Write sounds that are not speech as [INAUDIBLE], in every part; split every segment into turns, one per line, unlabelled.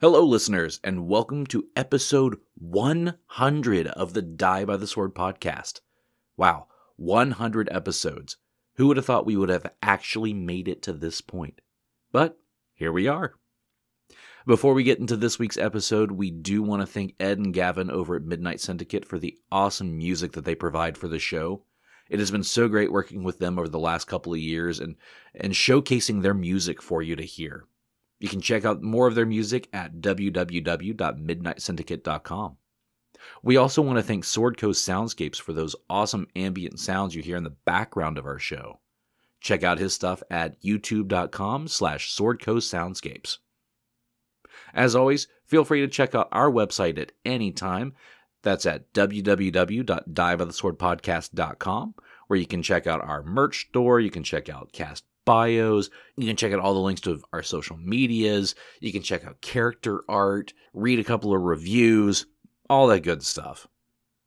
Hello, listeners, and welcome to episode 100 of the Die by the Sword podcast. Wow, 100 episodes. Who would have thought we would have actually made it to this point? But here we are. Before we get into this week's episode, we do want to thank Ed and Gavin over at Midnight Syndicate for the awesome music that they provide for the show. It has been so great working with them over the last couple of years and, and showcasing their music for you to hear. You can check out more of their music at www.midnightsyndicate.com. We also want to thank Sword Coast Soundscapes for those awesome ambient sounds you hear in the background of our show. Check out his stuff at youtube.com slash swordcoastsoundscapes. As always, feel free to check out our website at any time. That's at www.diveoftheswordpodcast.com, where you can check out our merch store, you can check out cast bios, you can check out all the links to our social medias, you can check out character art, read a couple of reviews, all that good stuff.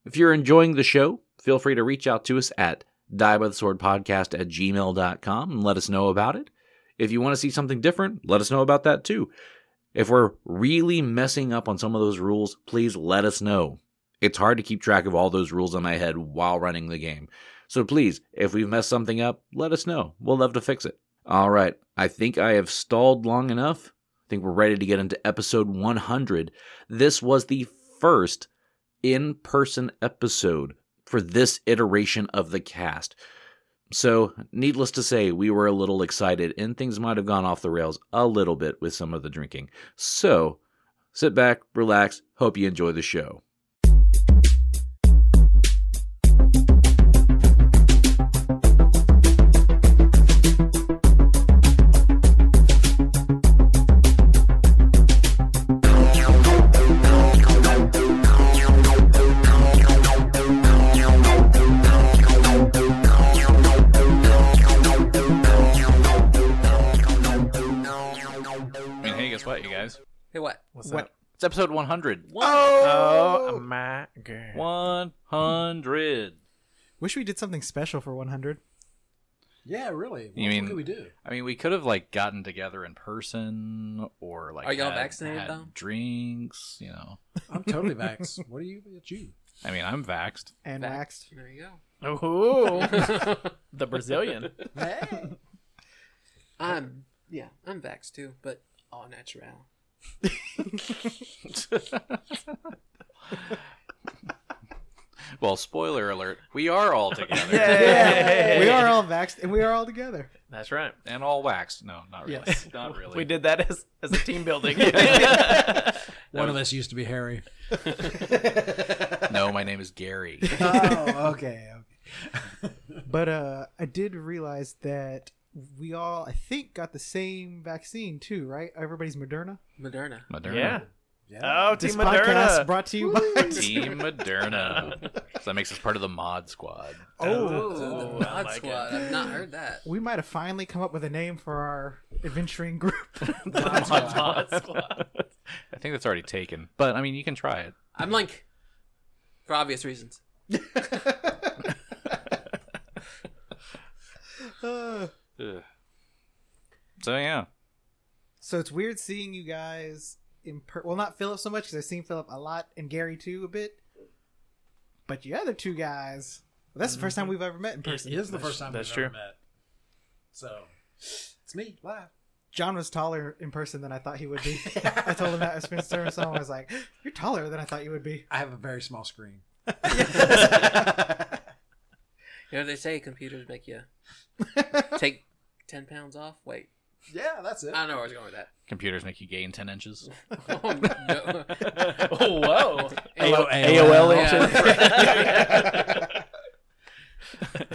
If you're enjoying the show, feel free to reach out to us at diebytheswordpodcast at gmail.com and let us know about it. If you want to see something different, let us know about that too. If we're really messing up on some of those rules, please let us know. It's hard to keep track of all those rules in my head while running the game. So please, if we've messed something up, let us know. We'll love to fix it. All right, I think I have stalled long enough. I think we're ready to get into episode 100. This was the first in person episode for this iteration of the cast. So, needless to say, we were a little excited and things might have gone off the rails a little bit with some of the drinking. So, sit back, relax, hope you enjoy the show.
I mean, hey, guess what, you guys?
Hey, what?
What's
what?
up?
It's episode 100.
Oh my god!
100.
Wish we did something special for 100.
Yeah, really. What
You mean-
could we do?
I mean, we could have like gotten together in person, or like
Are y'all
had-
vaccinated,
had
though?
Drinks, you know.
I'm totally vax. [LAUGHS] what are you? It's you.
I mean, I'm vaxxed.
And
Back.
waxed.
There you
Oh,
go.
the Brazilian.
[LAUGHS]
Hey.
I'm yeah, I'm vax too, but all natural.
Well, spoiler alert: we are all together
[LAUGHS] Yeah, we
[LAUGHS]
are all vaxxed and we are all together.
That's right.
[LAUGHS] and all waxed. No, not really.
Yes.
[LAUGHS] Not
[LAUGHS]
really.
We did that as, as a team
[LAUGHS]
building.
One of us used to be [LAUGHS] Harry.
No, my name is Gary.
oh, okay, okay. But uh, I did realize that we all, I think, got the same vaccine too, right? Everybody's Moderna.
Moderna.
Moderna.
yeah.
Yeah.
Oh,
This
Team
podcast
Moderna.
brought to you by.
Team Moderna. So that makes us part of the mod squad.
[LAUGHS]
Oh,
Oh,
I
the mod
like
squad.
it.
I've not heard that.
we might have finally come up with a name for our
[LAUGHS]
adventuring group. [LAUGHS]
Mod Squad. [LAUGHS]
I think that's already taken, but I mean, you can try it.
I'm like, for obvious reasons.
Uh,
So yeah,
so it's weird seeing you guys in per- well, not Philip so much because I've seen Philip a lot and Gary too a bit, but the other two guys. Well,
Mm-hmm.
that's the first time we've ever met in
It
person.
is the first time
that's
we've
true.
ever met. So it's me live.
John was taller in person than I thought he would [LAUGHS] be. I told him that at Spencer and someone was like, "You're taller than I thought you would be."
I have a very small screen.
You know what they say computers
[LAUGHS]
make you take ten pounds off? Wait.
Yeah, that's it.
I don't know where I was going with that.
computers make you gain ten inches.
Oh, no. [LAUGHS]
[LAUGHS] oh, whoa.
AOL.
[LAUGHS]
AOL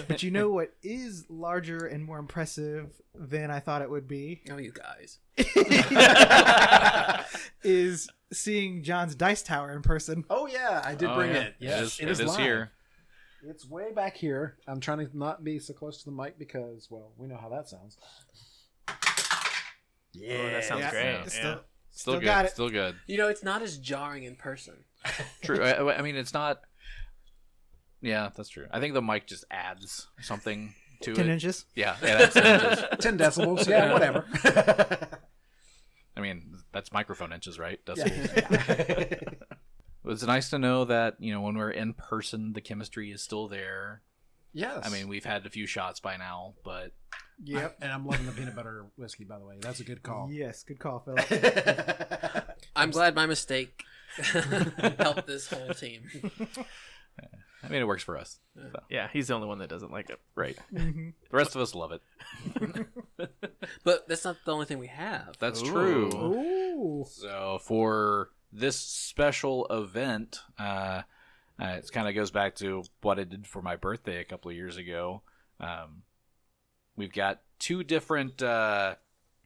But you know what is larger and more impressive than I thought it would be [LAUGHS]
Oh, you guys.
is seeing John's dice tower in person.
Oh yeah, I did
Oh,
bring
yeah.
it. Yes,
it is, it is
live.
here.
It's way back here. I'm trying to not be so close to the mic because, well, we know how that sounds. Oh, Yeah,
that sounds
[LAUGHS]
Yeah.
great.
It's
Yeah.
Still,
Still,
Still
good.
got it.
Still good.
[LAUGHS] You know, it's not as jarring in person.
True. I, I mean, it's not. Yeah, that's true. I think the mic just adds something to
ten
it.
inches.
Yeah, yeah, that's,
[LAUGHS] ten decibels. Yeah, whatever.
I mean, that's microphone inches, right? Decibels.
Yeah.
It's nice to know that you know when we're in person, the chemistry is still there.
yes.
I mean, we've had a few shots by now, but
yep. And I'm loving the peanut butter whiskey, by the way. That's a good call.
Yes, good call,
[LAUGHS]
[LAUGHS] Philip.
I'm glad my mistake [LAUGHS] helped this whole team.
I mean, it works for us.
Yeah, he's the only one that doesn't like it.
Right.
Mhm.
The rest of us love it.
But that's not the only thing we have.
That's
Ooh.
true.
Ooh.
So for this special event, uh, uh, it kind of goes back to what I did for my birthday a couple of years ago. Um, we've got two different uh,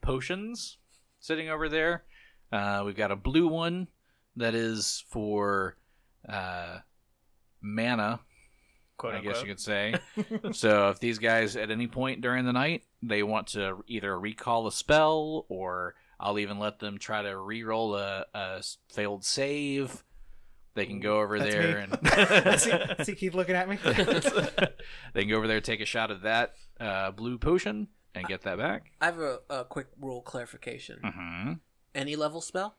potions sitting over there. Uh, we've got a blue one that is for uh, mana,
Quote
I
unquote.
guess you could say.
[LAUGHS]
so if these guys at any point during the night they want to either recall a spell or I'll even let them try to re-roll a, a s- failed save. They can go over
That's
there
[LAUGHS]
me. see, see Keith looking at me.
and [LAUGHS] they can go over there take a shot of that uh, blue potion and get that back.
I have a, a quick rule clarification.
Mm-hmm.
hmm
Any level spell?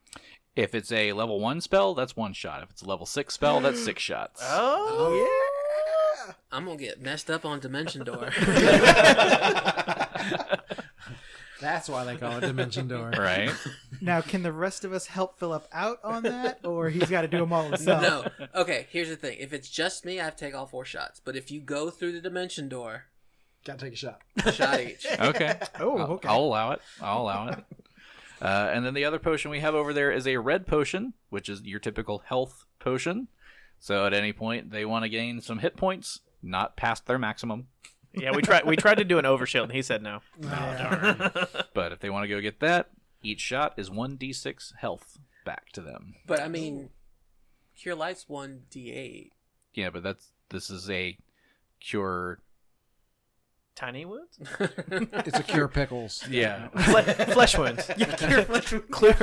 If it's a level one spell, that's one shot. If it's a level six spell, that's six shots.
Oh.
yeah.
I'm gonna get messed up on Dimension
[LAUGHS]
Door. [LAUGHS]
That's why they call it Dimension Door.
Right.
Now, can the rest of us help Philip out on that, or he's got to do them all himself?
no. Okay, here's the thing. If it's just me, I have to take all four shots. But if you go through the Dimension Door,
Gotta take a shot.
a shot
[LAUGHS]
each.
Okay.
Oh,
I'll-
okay.
I'll allow it. I'll
[LAUGHS]
allow it. Uh, and then the other potion we have over there is a red potion, which is your typical health potion. So at any point they want to gain some hit points, not past their maximum.
Yeah, we tried. We tried to do an overshield, and he said no.
Oh,
Yeah.
But if they want to go get that, each shot is 1d6 health back to them.
But I mean, Cure Light's 1d8.
Yeah, but that's this is a cure.
Tiny wounds,
It's a cure [LAUGHS] pickles.
Yeah.
[LAUGHS] Fle- flesh [LAUGHS] wounds,
Yeah, cure flesh wounds.
clear,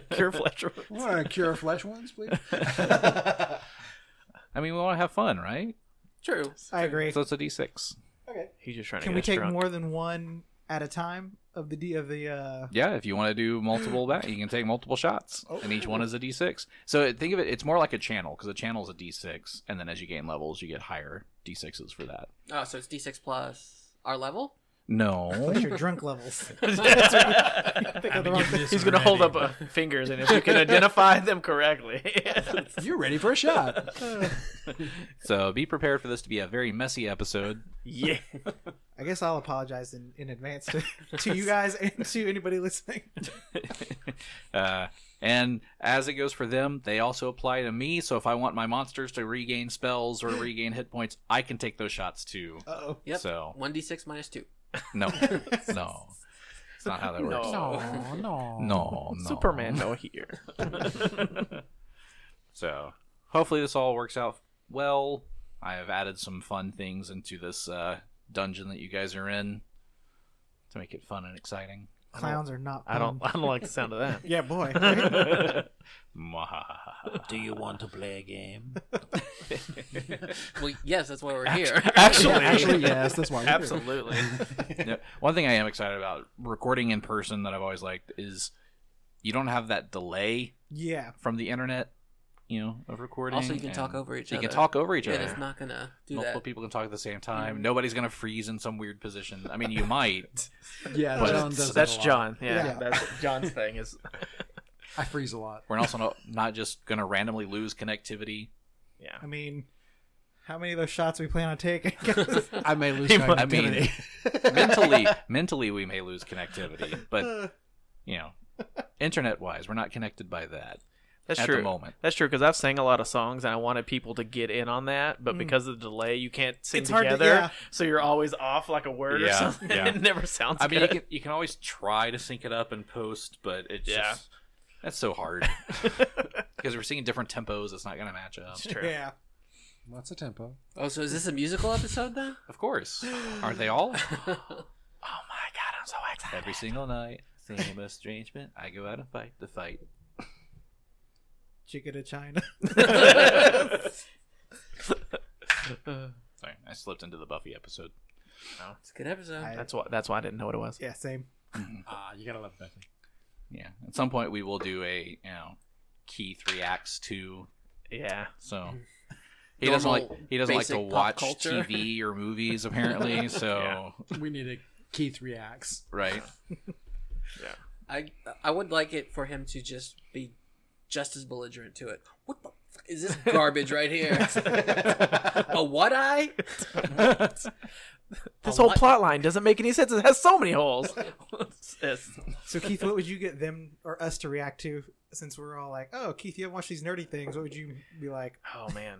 [LAUGHS] cure flesh wounds.
Want to cure flesh wounds, [LAUGHS] please?
I mean, we want to have fun, right?
True.
I agree.
So it's a d6.
He's just trying
Can
to
we
get us [LAUGHS]
take
drunk.
more than one at a time of the D of the? Uh...
Yeah, if you want to do multiple back, you can take multiple shots, and each one is a d6. So it- think of it; it's more like a channel because a channel is a d6, and then as you gain levels, you get higher d6s for that.
Oh, so it's d6 plus our level?
No,
[LAUGHS] What's your drunk levels? Pick up the wrong thing.
He's gonna hold up uh, fingers, and if you
[LAUGHS]
can identify them correctly,
You're ready for a shot.
so be prepared for this to be a very messy episode.
yeah.
I guess I'll apologize in, in advance to, to you guys [LAUGHS] and to anybody listening.
uh, and as it goes for them, they also apply to me. So if I want my monsters to regain spells or regain hit points, I can take those shots too.
Oh,
Yep.
So
1d6 minus 2.
no, no, it's not how that works.
No, no.
No, Oh, no.
Superman no here.
So hopefully this all works out well. I have added some fun things into this uh, dungeon that you guys are in to make it fun and exciting.
clowns are not.
I don't.
fun.
I don't like the sound of that. [LAUGHS]
Yeah, boy.
[LAUGHS]
[LAUGHS]
Mwahahaha.
Do you want to play a
[LAUGHS]
game?
Well, yes, that's why we're here.
[LAUGHS]
Actually,
Actually, yes, that's why. we're
[LAUGHS]
here.
absolutely.
Yeah, One thing I am excited about recording in person that I've always liked is you don't have that delay
yeah,
from the internet, you know, of recording.
Also, you can
and
talk over each
You
other.
can talk over each
Yeah,
other.
it's not gonna do
Multiple
that.
people can talk at the same time. Nobody's gonna freeze in some weird position. I
[LAUGHS]
mean, you might.
[LAUGHS] Yeah,
But
John does.
That's
that a lot.
John. Yeah,
Yeah.
that's John's thing. Is
I freeze a lot.
We're also not, not just gonna randomly lose connectivity.
yeah.
I mean, how many of those shots we plan on taking?
[LAUGHS]
[LAUGHS]
I may lose
He might-
I mean,
connectivity.
[LAUGHS] mentally, mentally, we may lose connectivity, but you know, internet-wise, we're not connected by that
That's
at
true.
the moment.
That's true because I've sang a lot of songs and I wanted people to get in on that, but
Mm.
because of the delay, you can't sing
It's hard to-
together,
yeah.
so you're always off like a word
Yeah,
or something. [LAUGHS]
yeah.
it never sounds.
I mean, you
good.
can you can always try to sync it up and post, but it's
Yeah.
just that's
[LAUGHS]
so hard because we're seeing different tempos. It's not gonna match up.
It's true.
yeah.
[LAUGHS] What's the tempo?
[LAUGHS] Oh, so is this a musical episode then?
Of course, aren't they all?
[LAUGHS]
Oh my god, I'm so excited.
Every single night, same estrangement. I go out and fight the fight.
Chicken to China. [LAUGHS]
Sorry, I slipped into the Buffy episode.
It's a good episode.
I-
That's why. That's why I didn't know what it was.
Yeah, same.
Ah, you gotta love Buffy.
yeah. At some point, we will do a you know key three acts two.
Yeah.
So he doesn't like
Normal
he doesn't like to
basic pop
watch
culture.
TV or [LAUGHS] movies apparently. So
Yeah.
We need a Keith reacts.
right,
I I would like it for him to just be just as belligerent to it. What the fuck is this garbage right here? a what eye?
This
A
whole
what?
plot line doesn't make any sense. It has so many holes.
[LAUGHS]
What's this?
So Keith, what would you get them or us to react to? Since we're all like, "Oh, Keith, you haven't watched these nerdy things," what would you be like?
Oh man,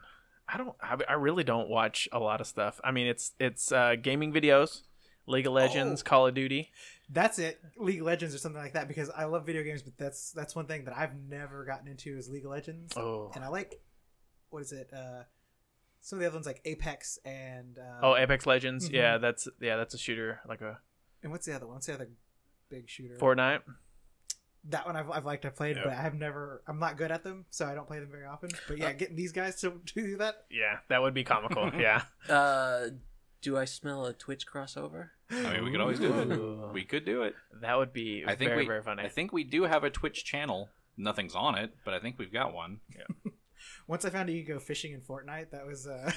I don't. I, I really don't watch a lot of stuff. I mean, it's it's uh, gaming videos, League of Legends, Call of Duty.
That's it, League of Legends or something like that. Because I love video games, but that's that's one thing that I've never gotten into is League of Legends.
Oh,
And I like, what is it? Uh, some of the other ones like Apex and uh,
oh, Apex Legends.
Mhm.
Yeah, that's yeah, that's a shooter like a
and what's the other one? What's the other big shooter?
Fortnite.
that one I've, I've liked I've played, but I have never. I'm not good at them, so I don't play them very often. But
Uh,
yeah, getting these guys to, to do that.
Yeah, that would be comical. yeah.
Uh, do I smell a Twitch crossover?
I mean, we could always do
Ooh.
it. [LAUGHS] We could do it.
That would be
I think
very
we,
very funny.
I think we do have a Twitch channel. Nothing's on it, but I think we've got one.
[LAUGHS] Once I found out you could go fishing in Fortnite, that was uh,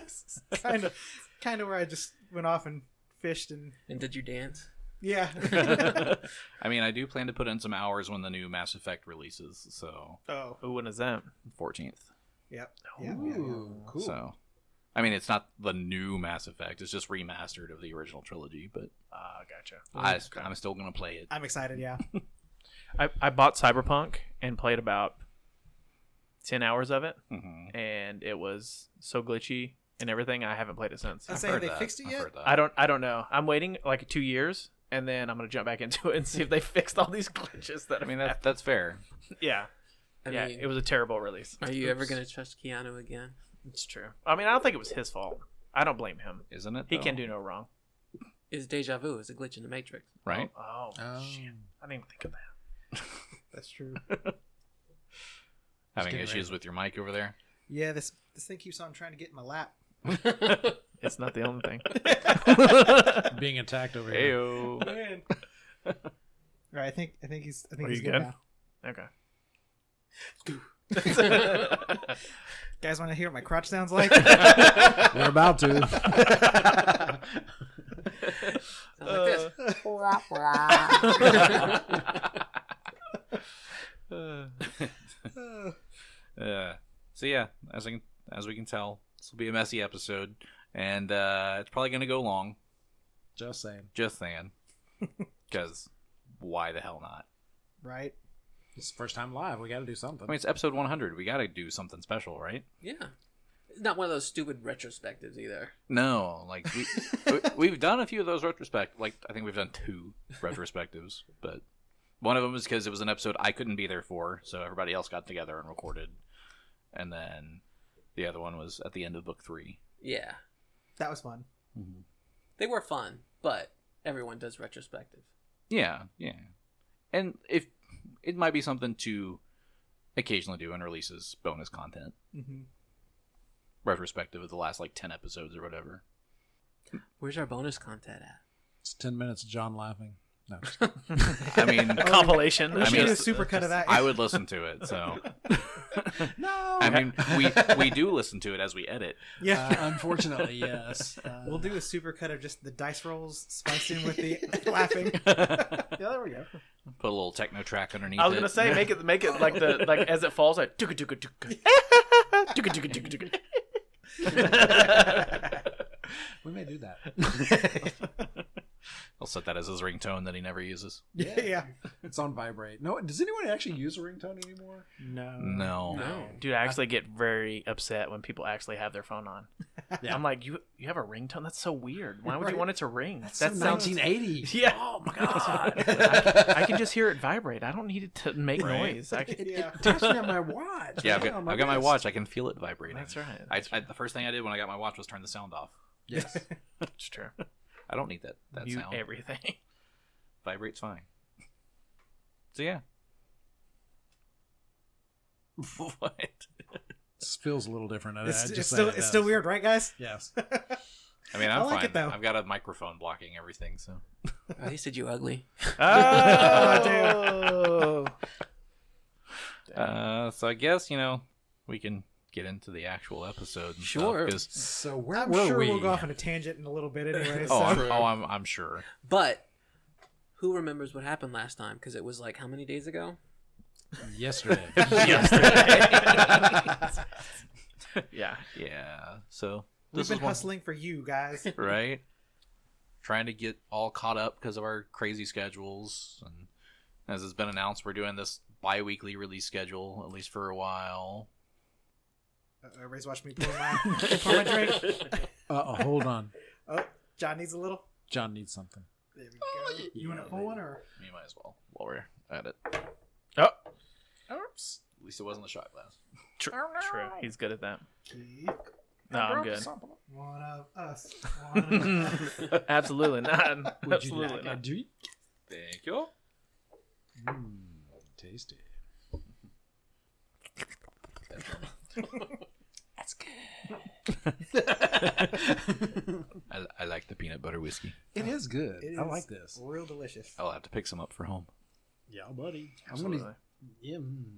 [LAUGHS] kind of kind of where I just went off and fished and
And did you dance?
yeah. [LAUGHS]
[LAUGHS] I mean, I do plan to put in some hours when the new Mass Effect releases. So
oh,
Ooh, when is that?
14th.
yep.
Ooh.
Yeah, yeah, yeah.
cool.
So, I mean, it's not the new Mass Effect; it's just remastered of the original trilogy. But
Ah, gotcha.
I, I'm still gonna play it.
I'm excited. [LAUGHS] Yeah.
I, I bought Cyberpunk and played about ten hours of it,
hmm
and it was so glitchy and everything. I haven't played it since.
I'd say have they fixed it yet?
I don't I don't know. I'm waiting like two years and then I'm gonna jump back into it and see if they [LAUGHS] fixed all these glitches that
I mean, that, that's fair.
yeah.
I
yeah,
mean,
it was a terrible release.
are you ever
Oops.
gonna trust Keanu again?
It's true. I mean, I don't think it was his fault. I don't blame him.
Isn't it?
He
though?
can do no wrong.
Is deja vu? Is a glitch in the matrix?
right.
Oh,
Oh.
shit. I didn't even think of that.
That's true.
Having
getting
issues with your mic over there.
Yeah. This this thing keeps on trying to get in my lap.
It's not the only thing.
Being attacked over here.
Heyo.
Right. I think I think he's I think
Are
he's
you
good,
good?
now.
Okay.
Guys, want to hear what my crotch
[LAUGHS]
sounds like?
We're about to.
Sounds like
Uh.
this.
Uh, so yeah, as I can, as we can tell, this will be a messy episode, and uh, it's probably gonna go long.
[LAUGHS] Just saying.
Just saying, because why the hell not?
right.
It's the first time live. We got to do something.
I mean, it's episode 100. We got to do something special, right?
Yeah, it's not one of those stupid retrospectives either.
No, like we, we we've done a few of those retrospect. Like I think we've done two retrospectives, but one of them is because it was an episode I couldn't be there for, so everybody else got together and recorded, and then the other one was at the end of book 3
Yeah,
That was fun.
they were fun, but everyone does retrospective.
Yeah, yeah, and if it might be something to occasionally do and releases bonus content
hmm
retrospective of the last like 10 episodes or whatever.
Where's our bonus content at?
it's 10 minutes of John laughing. No.
[LAUGHS]
I
[LAUGHS]
mean,
A compilation.
We
I
should
mean,
do a
it's-
supercut of that.
I would listen to it,
[LAUGHS]
so.
no.
I mean, we we do listen to it as
[LAUGHS]
we edit.
yeah.
Uh, unfortunately, [LAUGHS] yes. Uh,
We'll do a super cut of just the dice rolls spiced in with the [LAUGHS]
[LAUGHS]
laughing.
Put
Yeah, there we go.
a little techno track underneath.
I was gonna
it.
say make it make it like the like as it falls like duka duka duka duka duka duka duka.
we may do that.
I'll set that as his ringtone that he never uses.
Yeah. yeah.
It's on vibrate. No, does anyone actually use a ringtone anymore?
Uh,
No.
No,
No.
Dude, I actually get very upset when people actually have their phone on.
Yeah.
I'm like, you you have a ringtone? That's so weird. Why would you
Right.
want it to ring?
That's
that
so
sounds-
1980.
Yeah. Oh my god. I,
[LAUGHS]
I can just hear it vibrate. I don't need it to make
Right.
noise. I can...
Yeah.
Touch me on my watch.
yeah, I've
Man,
got,
on
I've got my
wrist.
watch. I can feel it vibrating.
That's right.
I, I, the first thing I did when I got my watch was turn the sound off.
Yes.
That's true.
I don't need that that
Mute
sound.
everything. [LAUGHS]
Vibrates fine. So [LAUGHS] yeah. what?
This feels a little different. I- I
It's,
just
it's
said
still
it
Uh,
it's still
does. [LAUGHS]
weird, right, guys?
Yes.
I mean, I'm
I like
fine.
it, though.
I've got a microphone blocking everything, so
Oh, he said you ugly.
Oh,
uh, so I guess you know we can get into the actual episode. and stuff,
Sure.
'cause-
So where
I'm
were
sure
we?
we'll go off on a tangent in a little bit anyway.
[LAUGHS] oh, I'm,
so.
oh, I'm, I'm sure.
But who remembers what happened last time? Because it was like how many days [LAUGHS] ago?
[LAUGHS] yesterday.
[LAUGHS] yeah.
Yeah. So
We've
this
been
is one-
hustling for you
[LAUGHS]
guys. Uh,
right? Trying to get all caught up because of our crazy schedules, and as has been announced, we're doing this bi-weekly release schedule at least for a while.
Uh, Everybody's watching me pour my, pour
[LAUGHS]
my drink.
uh, oh, hold on.
Oh, John needs a little.
John needs something.
There we go. Oh, you want to pull one or?
We might as well while we're at it.
Oh,
Oops. At least it wasn't a shot glass.
true. True. He's good at that.
Keep
No, I'm good.
one of us. One of us.
[LAUGHS]
Absolutely not.
Would you
Absolutely
like a
not.
drink?
Thank you.
Mm, tasty.
That's good.
I, I like the peanut butter whiskey.
It is good.
It
I
is
like this.
Real
[LAUGHS]
delicious. [LAUGHS]
I'll have to pick some up for home.
Yeah, buddy. I'm
Absolutely.
gonna. Yeah, mm.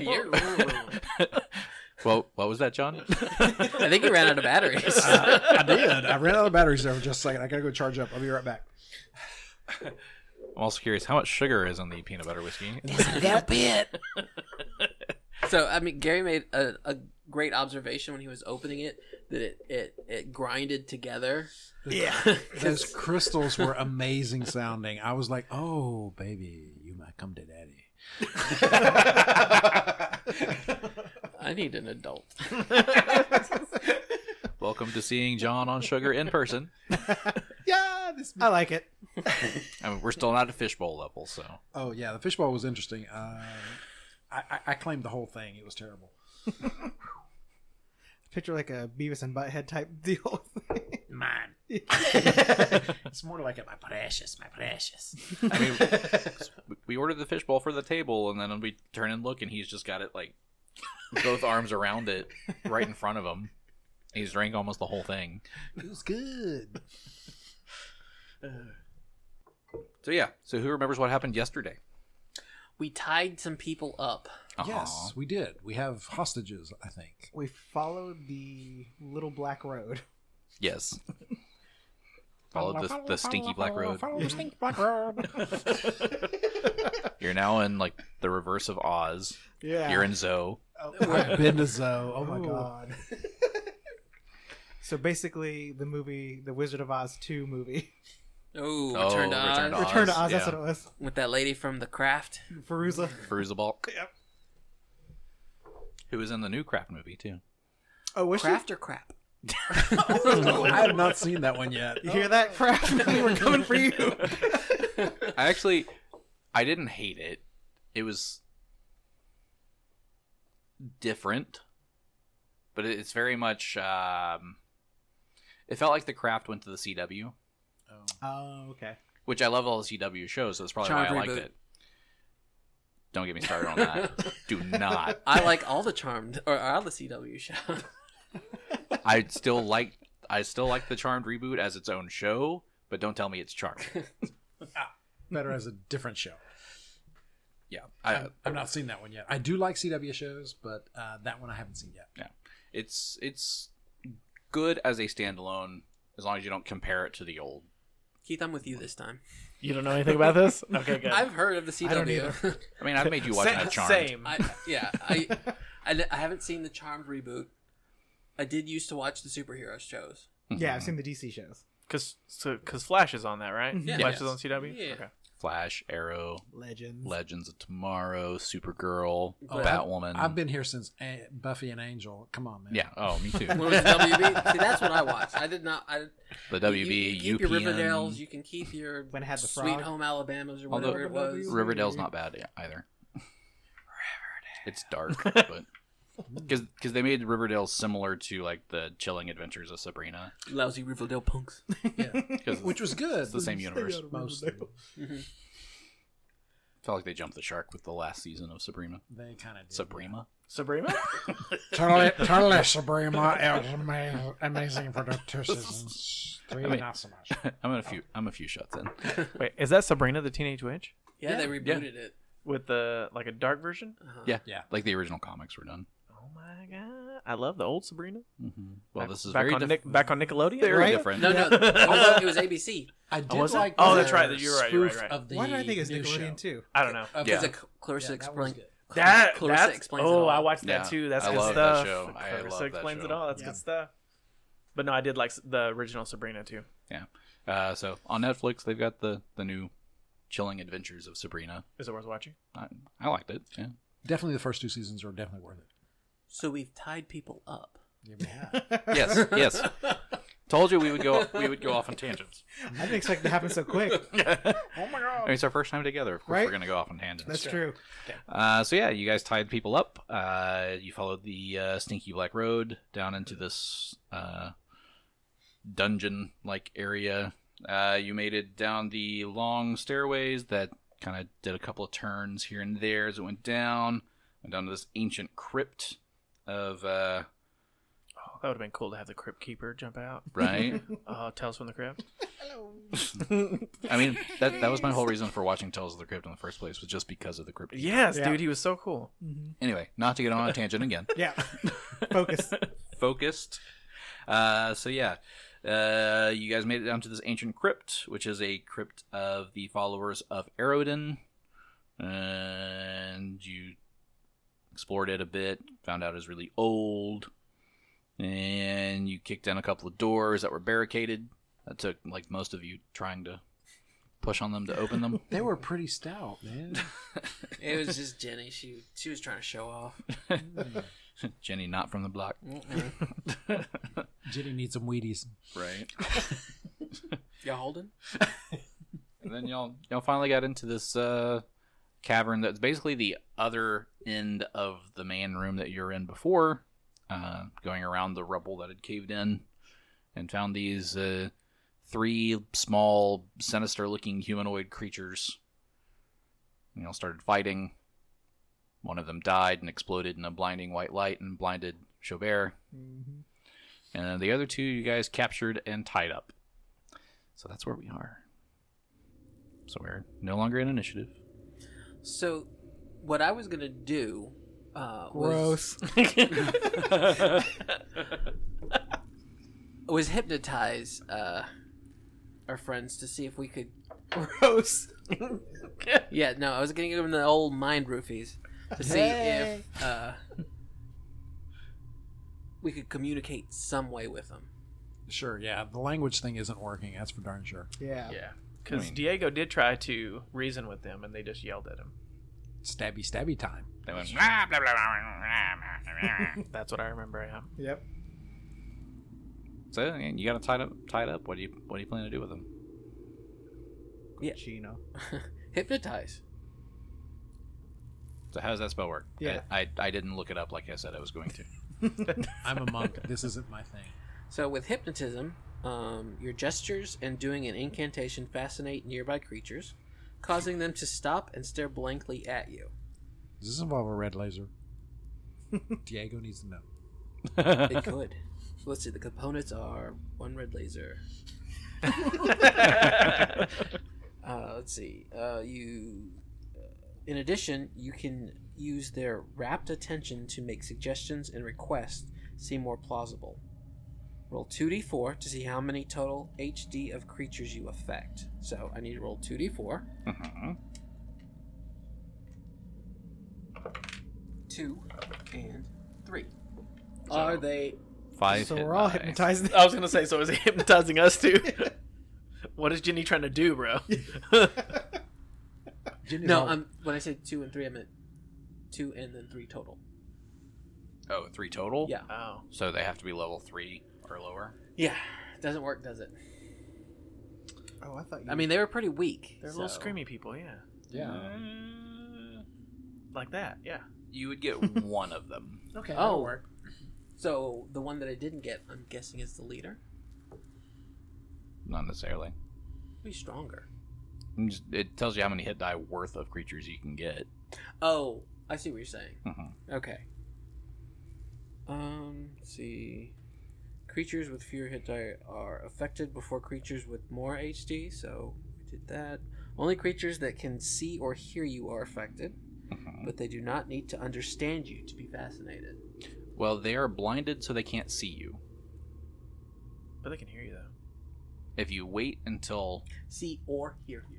You're- [LAUGHS] I
Well, what was that, [LAUGHS] John?
think you ran out of batteries.
I did. I ran out of batteries there for just a second. I gotta go charge up. I'll be right back.
I'm also curious how much sugar is on the peanut butter whiskey.
that bit. [LAUGHS] So I mean, Gary made a, a great observation when he was opening it that it it, it grinded together.
Yeah.
Those crystals were amazing sounding. I was like, "Oh, baby, you might come to daddy."
I need an adult.
Welcome to seeing John on sugar in person.
yeah, this. I like it.
I mean, we're still not at fishbowl level, so
Oh yeah, the fishbowl was interesting. Uh, I, I, I claimed the whole thing. It was terrible.
Picture like a Beavis and Butthead type [LAUGHS] deal.
Mine. it's more like a, my precious, my precious.
I mean, we- we ordered the fishbowl for the table, and then we turn and look, and he's just got it like both arms around it, right in front of him. He's drank almost the whole thing.
It was good.
So yeah. So who remembers what happened yesterday?
We tied some people up.
Yes, we did. We have hostages. I think.
we followed the little black road. [LAUGHS]
Yes. Follow the, the stinky black road.
[LAUGHS]
the stinky black road.
You're now in like the reverse of Oz.
Yeah.
You're in Zoe.
I've been to Zoe. Oh my god. [LAUGHS]
[LAUGHS] so basically, the movie, the Wizard of Oz two movie,
Ooh,
Oh,
Return to Oz.
Return to Oz.
Return to Oz. That's
yeah.
what it was.
With that lady from The Craft.
Veruza.
Bruzabalk.
Yep.
Who is in the new Craft movie too?
Oh, was she?
Craft or crap?
I have not seen that one yet.
You hear that, Kraft? [LAUGHS] we were coming for you.
I actually, I didn't hate it. It was different, but it- it's very much. Um, it felt like the craft went to the CW,
Oh, okay.
which I love all the CW shows, so that's probably
Child
why I liked
reboot.
it. Don't get me started
[LAUGHS]
on that. Do not.
I like all the Charmed or all the CW shows. [LAUGHS]
I still like. I still like the Charmed reboot as its own show, but don't tell me
[LAUGHS]
it's Charmed.
Better as a different show.
Yeah, I,
I've,
Um,
I've not seen that one yet. I do like CW shows, but uh, that one I haven't seen yet.
it's it's good as a standalone as long as you don't compare it to the old
Keith, I'm with you this time.
[LAUGHS] You don't know anything about
[LAUGHS]
this? Okay, good.
I've heard of the CW.
don't
[LAUGHS]
I mean, I've made you watch
Sa-
that Charmed. [LAUGHS]
Same.
I, yeah, I, I, I haven't seen the Charmed reboot. I did used to watch the superhero shows.
Yeah,
Mm-hmm.
I've seen the DC shows.
Cause, so, cause Flash is on that, right?
Yeah.
Flash
Yes.
is on CW.
Mm-hmm. Yeah.
Okay.
Flash, Arrow,
Legends.
Legends of Tomorrow, Supergirl,
Oh,
Batwoman.
I've been here since a- Buffy and Angel. Come on, man.
yeah. Oh,
[LAUGHS]
me too.
When it was WB, see, that's what I watched. I did not. I
The
you, you keep
WB,
your
UPN.
Riverdales. You can keep your
When it had the
Sweet
frog.
Home Alabamas or
Although-
whatever it was.
Riverdale's not bad e- either. It's [LAUGHS] dark, but because they made Riverdale similar to like the Chilling Adventures of Sabrina.
Lousy Riverdale punks.
Yeah.
Because
Which was good.
Mm-hmm.
It's the same universe.
Mostly.
felt like they jumped the shark with the last season of Sabrina.
They kind of [LAUGHS]
Sabrina. [LAUGHS]
[LAUGHS]
Sabrina?
Totally, totally Sabrina. It was amazing, amazing for the
[LAUGHS]
two seasons. Three,
I mean-
not so much.
I'm a few. I'm a few shots in.
Wait, is that Sabrina the Teenage Witch
Yeah, they rebooted it.
with the like a dark version?
Uh-huh.
Yeah,
Yeah.
Like the original comics were done.
Oh my god, I love the old Sabrina.
Mm-hmm. Well,
Back-
this is
back
very
on
dif-
Nic- back on Nickelodeon.
very
right?
different.
No, no, it was, it was ABC.
I did
was it?
like.
Oh,
their
that's right, you're right, you're right,
spoof
right.
Of the
Why did I think it was
new show.
Nickelodeon too?
I don't know.
Because
Yeah.
of Clarissa
Yeah, that was
Explain.
good.
That
Clarissa
that's,
Explains It
Oh,
All.
I watched that
Yeah,
too. That's
I
good
love that
stuff.
show. I
Clarissa
love that
explains
show.
it all. That's
Yeah.
good stuff. But no, I did like s- the original Sabrina too.
Uh, so on Netflix, they've got the the new Chilling Adventures of Sabrina.
Is it worth watching?
I, I liked it. [LAUGHS] Yeah.
Definitely, the first two seasons are definitely worth it.
So we've tied people up.
Yeah, we have.
Yes. Yes. Told you we would go. We would go off on tangents.
I didn't expect it to happen so quick.
oh my
I
god!
mean, it's our first time together. Of course,
Right?
we're gonna go off on tangents.
That's true.
Uh, so yeah, you guys tied people up. Uh, you followed the uh, stinky black road down into this uh, dungeon-like area. Uh, you made it down the long stairways that kind of did a couple of turns here and there as it went down. Went down to this ancient crypt of uh,
Oh, that would have been cool to have the Crypt Keeper jump out.
right.
[LAUGHS]
Uh, Tales from the Crypt.
[LAUGHS] I mean, that that was my whole reason for watching Tales of the Crypt in the first place was just because of the crypt.
Yes,
Yeah.
dude, he was so cool. [LAUGHS]
Anyway, not to get on a tangent again.
Mm-hmm. Yeah. Focus.
[LAUGHS] focused. Uh, so yeah, uh, you guys made it down to this ancient crypt, which is a crypt of the followers of Aerodin, and you explored it a bit. Found out it was really old, and you kicked down a couple of doors that were barricaded. That took like most of you trying to push on them to open them.
[LAUGHS] They were pretty stout,
[LAUGHS]
man.
[LAUGHS] It was just Jenny. She she was trying to show off.
[LAUGHS] Jenny, not from
[LAUGHS]
the block,
Mm-mm.
Jenny needs some Wheaties.
right?
Y'all holding?
And then y'all y'all finally got into this uh, cavern that's basically the other end of the main room that you were in before, uh, going around the rubble that had caved in, and found these uh, three small, sinister-looking humanoid creatures. And y'all started fighting. One of them died and exploded in a blinding white light and blinded Chaubert. And then the other two you guys captured and tied up. So that's where we are. So we're no longer in initiative.
So, what I was gonna do uh, was
Gross.
was hypnotize uh, our friends to see if we could.
Gross.
[LAUGHS] Yeah, no, I was gonna give them the old mind roofies to see
Hey.
if uh, [LAUGHS] we could communicate some way with them.
Sure, yeah. The language thing isn't working. That's for darn sure.
Yeah.
Yeah, because
I mean-
Diego did try to reason with them, and they just yelled at him.
Stabby, stabby time.
They went, "Ah,
That's what I remember. Yeah.
Yep.
so and you got to tie it up. Tie it up. What do you What do you plan to do with them?
Yeah.
Chino.
[LAUGHS] Hypnotize.
So how does that spell work?
Yeah.
I, I, I didn't look it up like I said I was going to.
I'm a [LAUGHS] monk. this isn't my thing.
So with hypnotism, um, your gestures and doing an incantation fascinate nearby creatures, causing them to stop and stare blankly at you.
Does this involve a red laser? Diego needs to know.
[LAUGHS]
[LAUGHS]
It could. So let's see. The components are one red laser. uh, let's see. Uh, you, uh, in addition, you can use their rapt attention to make suggestions and requests seem more plausible. Roll 2d4 to see how many total HD of creatures you affect. So I need to roll 2d4.
Mhm.
Two and three. Are they
Five.
So
hit
we're all
die.
hypnotized. [LAUGHS]
I was gonna say, so is [LAUGHS] he hypnotizing us too? [LAUGHS] what is Jenny trying to do, bro? [LAUGHS]
Jenny's
No,
all-
um, when I said two and three, I meant two and then three total.
Oh, three total.
Yeah.
oh,
So they have to be level three or lower.
Yeah, doesn't work, does it?
Oh, I thought you.
I mean, they were pretty weak.
they're little
so-
screamy people. Yeah,
Yeah.
like that. Yeah.
Uh, You would get [LAUGHS] one of them.
Okay.
Oh. So the one that I didn't get, I'm guessing, is the leader.
Not necessarily.
Be stronger.
You just- It tells you how many hit die worth of creatures you can get.
Oh, I see what you're saying.
Mhm.
Okay. Um, let's see. Creatures with fewer hit die are affected before creatures with more HD, so we did that. Only creatures that can see or hear you are affected,
Mhm.
but they do not need to understand you to be fascinated.
Well, they are blinded, so they can't see you.
But they can hear you though.
If you wait until
See or hear you.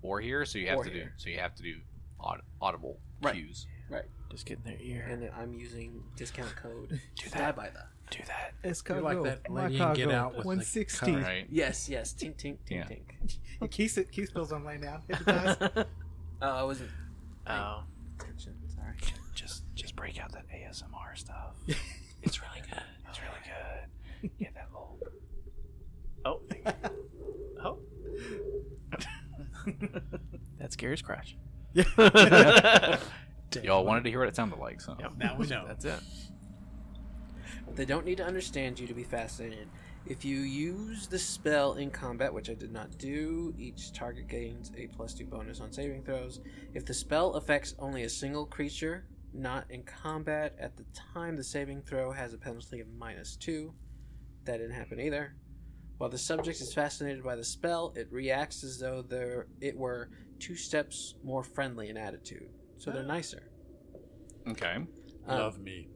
or here, so you have
Or
to do
here.
so you have to do aud- audible
Right.
cues.
Just get in their ear.
And I'm using discount
[LAUGHS]
code
Do
Stab
that.
by that.
Do that.
It's
You're like that lady in Get Out with the
160.
All
Mm.
right.
Yes, yes. Tink, tink, tink,
Yeah.
tink.
Keith, Keith spills on laying down. Hypnotized.
[LAUGHS]
Oh, I wasn't
Oh,
attention. Sorry.
just just break out that ASMR [LAUGHS] stuff. it's really good. It's really good. Yeah, that little. Oh. [LAUGHS] oh. [LAUGHS] That's Gary's [LAUGHS] crotch. [LAUGHS]
Yeah.
Y'all wanted to hear what it sounded like, so
Now we know.
That's it.
They don't need to understand you to be fascinated. If you use the spell in combat, which I did not do, each target gains a plus two bonus on saving throws. If the spell affects only a single creature, not in combat, at the time the saving throw has a penalty of minus two. That didn't happen either. While the subject is fascinated by the spell, it reacts as though there it were two steps more friendly in attitude. So they're nicer.
okay.
Um,
Love me.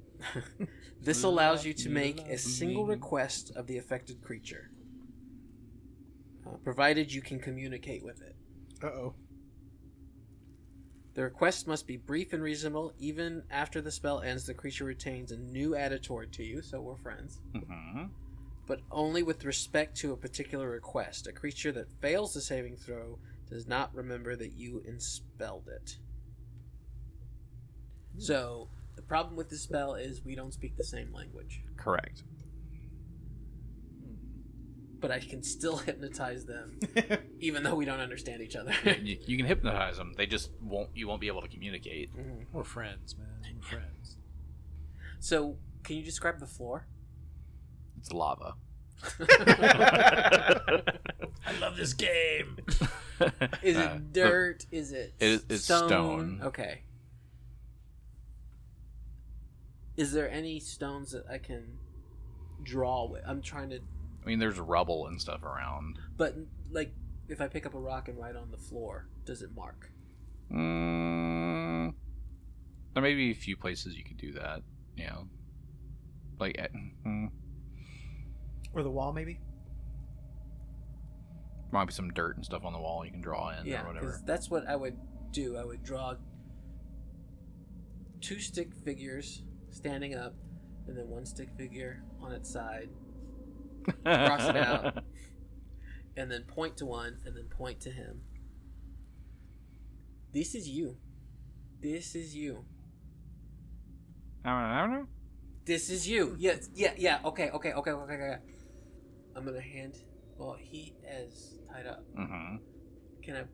this allows you to make
Love
a single
me.
request of the affected creature, uh, provided you can communicate with it.
Uh oh.
The request must be brief and reasonable. Even after the spell ends, the creature retains a new attitude to you, so we're friends,
hmm
but only with respect to a particular request. A creature that fails the saving throw does not remember that you inspelled it. So, the problem with the spell is we don't speak the same language.
Correct.
but I can still [LAUGHS] hypnotize them, even though we don't understand each other.
You, you can hypnotize them. They just won't. You won't be able to communicate.
Mhm.
We're friends, man. We're friends.
So, can you describe the floor? [LAUGHS]
It's lava.
I love this
[LAUGHS]
game.
Is
Uh,
it dirt? is it
it is- it's stone.
Okay. Is there any stones that I can draw with? I'm trying to,
I mean, there's rubble and stuff around.
but like, if I pick up a rock and write on the floor, does it mark?
Mm, there may be a few places you could do that. You know, like eh, mm,
Or the wall, maybe?
might be some dirt and stuff on the wall you can draw in
yeah,
or
because
whatever.
that's what I would do. I would draw two stick figures standing up, and then one stick figure on its side, cross it out, and then point to one, and then point to him. This is you. This is you.
[LAUGHS] I don't know. I don't know.
This is you. Yes. Yeah. Yeah. Okay. Okay. Okay. Okay. Okay. I'm gonna hand. Well, he is tied up.
Mm-hmm.
Can I?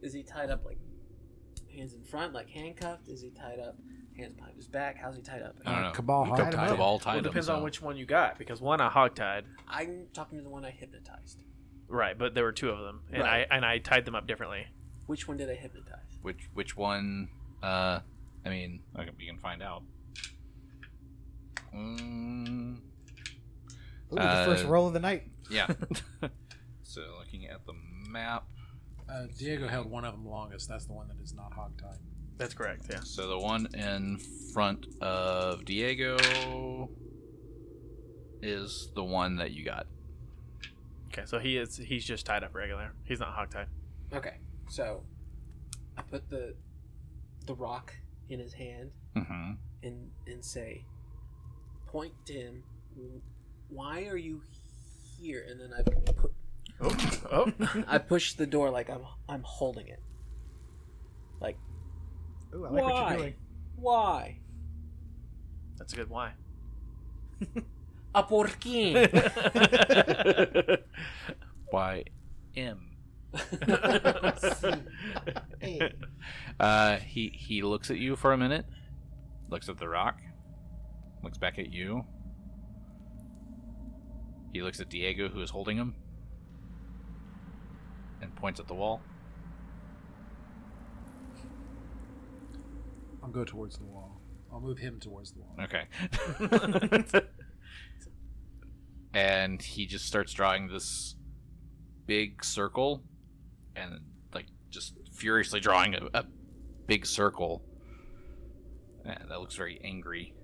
Is he tied up like hands in front, like handcuffed? Is he tied up, hands behind his back? How's he tied up?
I don't know.
Cabal
You tied him
hog
up.
tied.
Uh, Cabal tied
Well, it
them,
depends on
so-
which one you got because one I hogtied.
I'm talking to the one I hypnotized.
Right, but there were two of them, and
Right.
I and I tied them up differently.
Which one did I hypnotize?
which which one uh i mean I can- we can find out mm,
Ooh, the first
Uh,
roll of the night.
yeah [LAUGHS] so looking at the map
Uh, Diego held one of them longest. That's the one that is not hog tied.
That's correct. Yeah.
so the one in front of diego is the one that you got
Okay, so he is he's just tied up regular. He's not hogtied.
Okay, so I put the the rock in his hand
mm-hmm.
and and say, point to him. Why are you here? And then I put,
Oh, [LAUGHS]
I push the door like I'm I'm holding it. Like
Ooh, I like what
Why?
you're doing.
why?
that's a good [LAUGHS] why.
A por [LAUGHS] qué?
why m
Hey.
uh he he looks at you for a minute looks at the rock looks back at you he looks at diego who is holding him and points at the wall
I'll go towards the wall. I'll move him towards the wall.
Okay. and he just starts drawing this big circle and like just furiously drawing a, a big circle. Yeah, that looks very angry.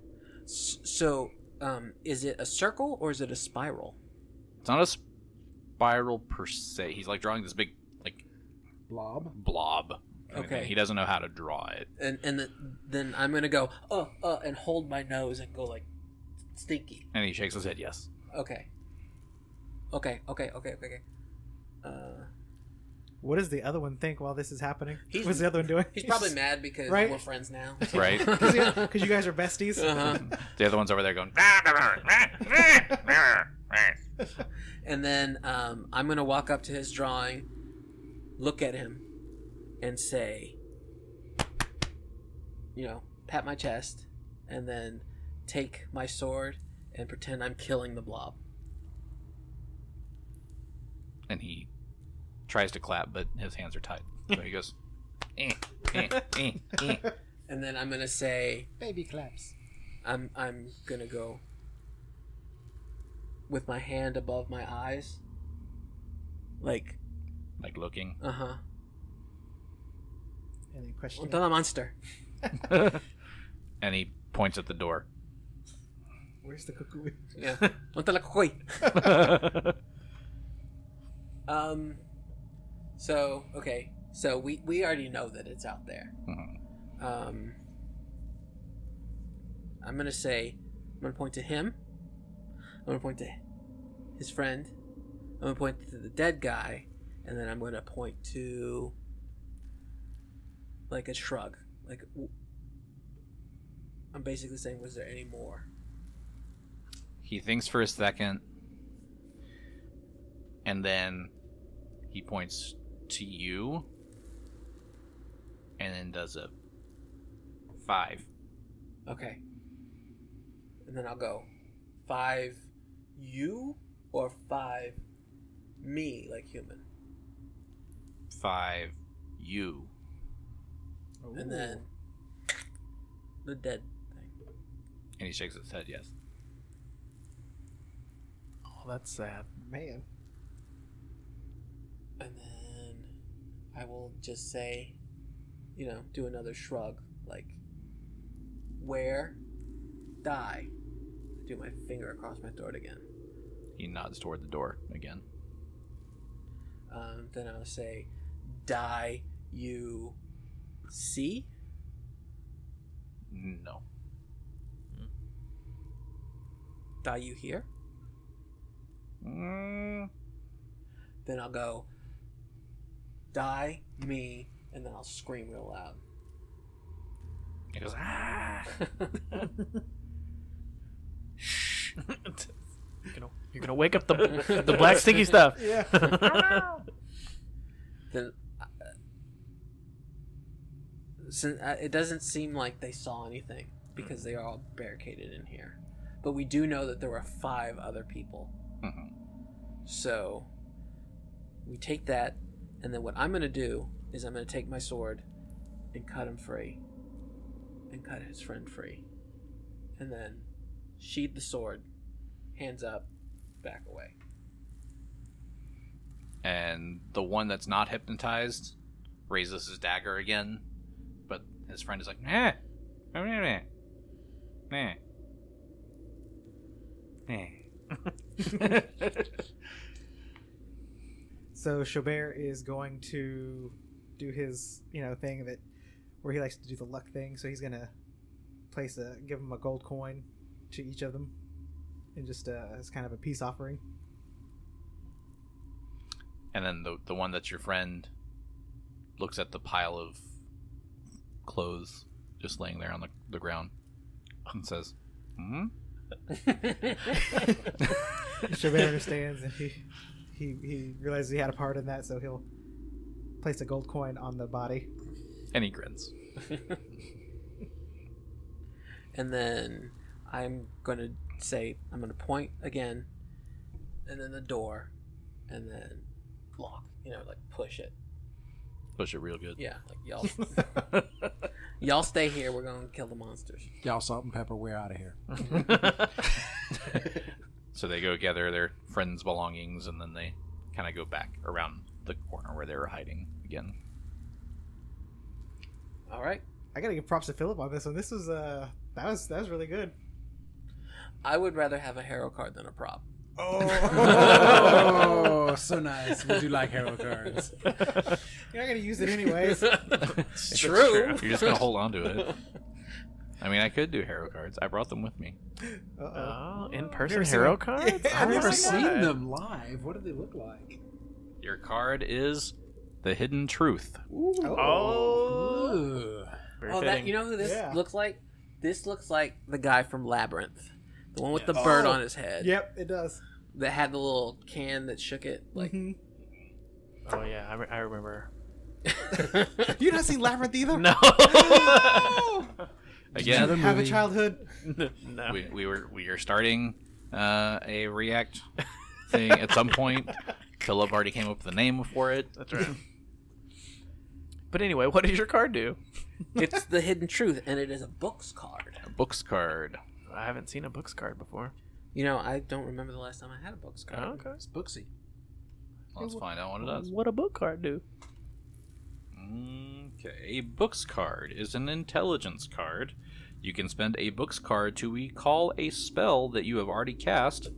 S- So, um, is it a circle or is it a spiral?
It's not a spiral per se. He's like drawing this big like
Blob.
blob. I mean,
Okay.
He doesn't know how to draw it.
And and the, then I'm gonna go uh uh and hold my nose and go like stinky.
And he shakes his head yes.
Okay. Okay. Okay. Okay. Okay. okay. Uh,
What does the other one think while this is happening?
He's-
What's the other one doing?
he's
[LAUGHS]
probably mad because
Right.
we're friends now.
Right.
[LAUGHS]
because you guys are besties.
uh-huh.
The other one's over there going "Ah!"
And then um, I'm going to walk up to his drawing, look at him, and say, you know, pat my chest, and then take my sword and pretend I'm killing the blob.
and he tries to clap, but his hands are tied. So he goes, [LAUGHS] eh, eh, eh, eh.
And then I'm going to say,
Baby claps.
I'm, I'm going to go with my hand above my eyes. Like,
like looking.
uh huh.
And then question.
Until a monster.
And he points at the door.
Where's the cuckoo? [LAUGHS]
Yeah. Until a koi.
okay.
Um. So okay, so we we already know that it's out there. Um. I'm gonna say, I'm gonna point to him. I'm gonna point to his friend. I'm gonna point to the dead guy, and then I'm gonna point to like a shrug. Like w- I'm basically saying, was there any more?
He thinks for a second. And then he points to you. And then does a five.
Okay. And then I'll go five you or five me like human.
Five. You.
And then the dead thing.
And he shakes his head, yes.
Oh, that's sad.
Man,
And then I will just say, you know, do another shrug like where die. Do my finger across my throat again.
He nods toward the door again.
Um, then I'll say, die you see?
No.
Die you here?
Mm,
then I'll go die me and then I'll scream real loud.
He goes, ah.
Shh. [LAUGHS] You're gonna, you're gonna wake up the the black sticky stuff.
[LAUGHS]
Oh,
Yeah.
Then uh, since uh, it doesn't seem like they saw anything because they are all barricaded in here. But we do know that there were five other people.
Mhm.
So we take that and then what I'm going to do is I'm going to take my sword and cut him free and cut his friend free. And then sheathe the sword, hands up, back away.
And the one that's not hypnotized raises his dagger again, but his friend is like, nah, nah, nah, nah, nah.
[LAUGHS] so Chaubert is going to do his you know thing that where he likes to do the luck thing. So he's gonna place a give him a gold coin to each of them, and just uh, as kind of a peace offering.
And then the the one that's your friend looks at the pile of clothes just laying there on the, the ground and says, hmm?
Chaubert understands, and he he he realizes he had a part in that, so he'll place a gold coin on the body.
And he grins.
and then I'm going to say, I'm going to point again, and then the door, and then lock, you know, like push it.
Push it real good.
Yeah, like y'all. [LAUGHS] Y'all stay here. We're gonna kill the monsters.
Y'all salt and pepper, we're out of here.
so they go gather their friends' belongings and then they kind of go back around the corner where they were hiding again.
All right.
I gotta give props to Philip on this one. This was uh that was that was really good.
I would rather have a hero card than a prop.
[LAUGHS] Oh, so nice. We do like hero cards.
You're not gonna use
[LAUGHS]
it anyways.
it's
It's
true.
You're just going to hold on to it. I mean, I could do hero cards. I brought them with me.
Uh-oh.
Oh,
Never
in-person
seen
hero
it.
cards?
Yeah,
Oh
I've
[LAUGHS] I've
my
never
God.
seen them live. What do they look like?
Your card is the hidden truth.
Ooh.
Oh.
Ooh.
Very
Oh, that
fitting.
you know who this
Yeah.
looks like? This looks like the guy from Labyrinth, the one with the
Yes.
bird
Oh.
on his head
Yep, it does.
that had the little can that shook it. Like,
Mhm.
Oh yeah, I, re- I remember.
you not seen Labyrinth either?
No.
Again,
Another
Have a
movie.
childhood.
[LAUGHS] no.
we, we were we are starting uh, a React thing at some point. Philip already came up with the name for it.
That's right. but anyway, what does your card do?
it's the hidden truth, and it is a books card.
A books card.
I haven't seen a books card before.
You know, I don't remember the last time I had a books card.
Oh, okay.
It's booksy.
Let's find out what it does.
What a book card do?
Okay, a books card is an intelligence card. You can spend a books card to recall a spell that you have already cast,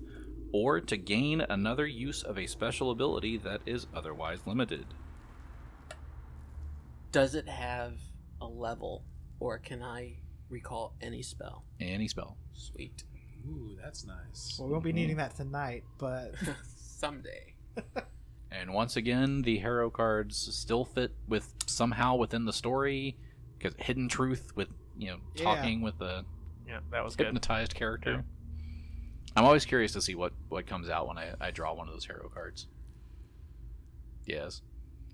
or to gain another use of a special ability that is otherwise limited.
Does it have a level, or can I recall any spell? [LAUGHS]
Any spell.
Sweet.
Ooh, that's nice.
Well, we won't be needing that tonight, but
Someday.
And once again, the hero cards still fit with somehow within the story, because hidden truth with you know
Yeah.
talking with the
Yeah, that was good.
hypnotized character.
Yeah.
I'm always curious to see what what comes out when I, I draw one of those hero cards. Yes.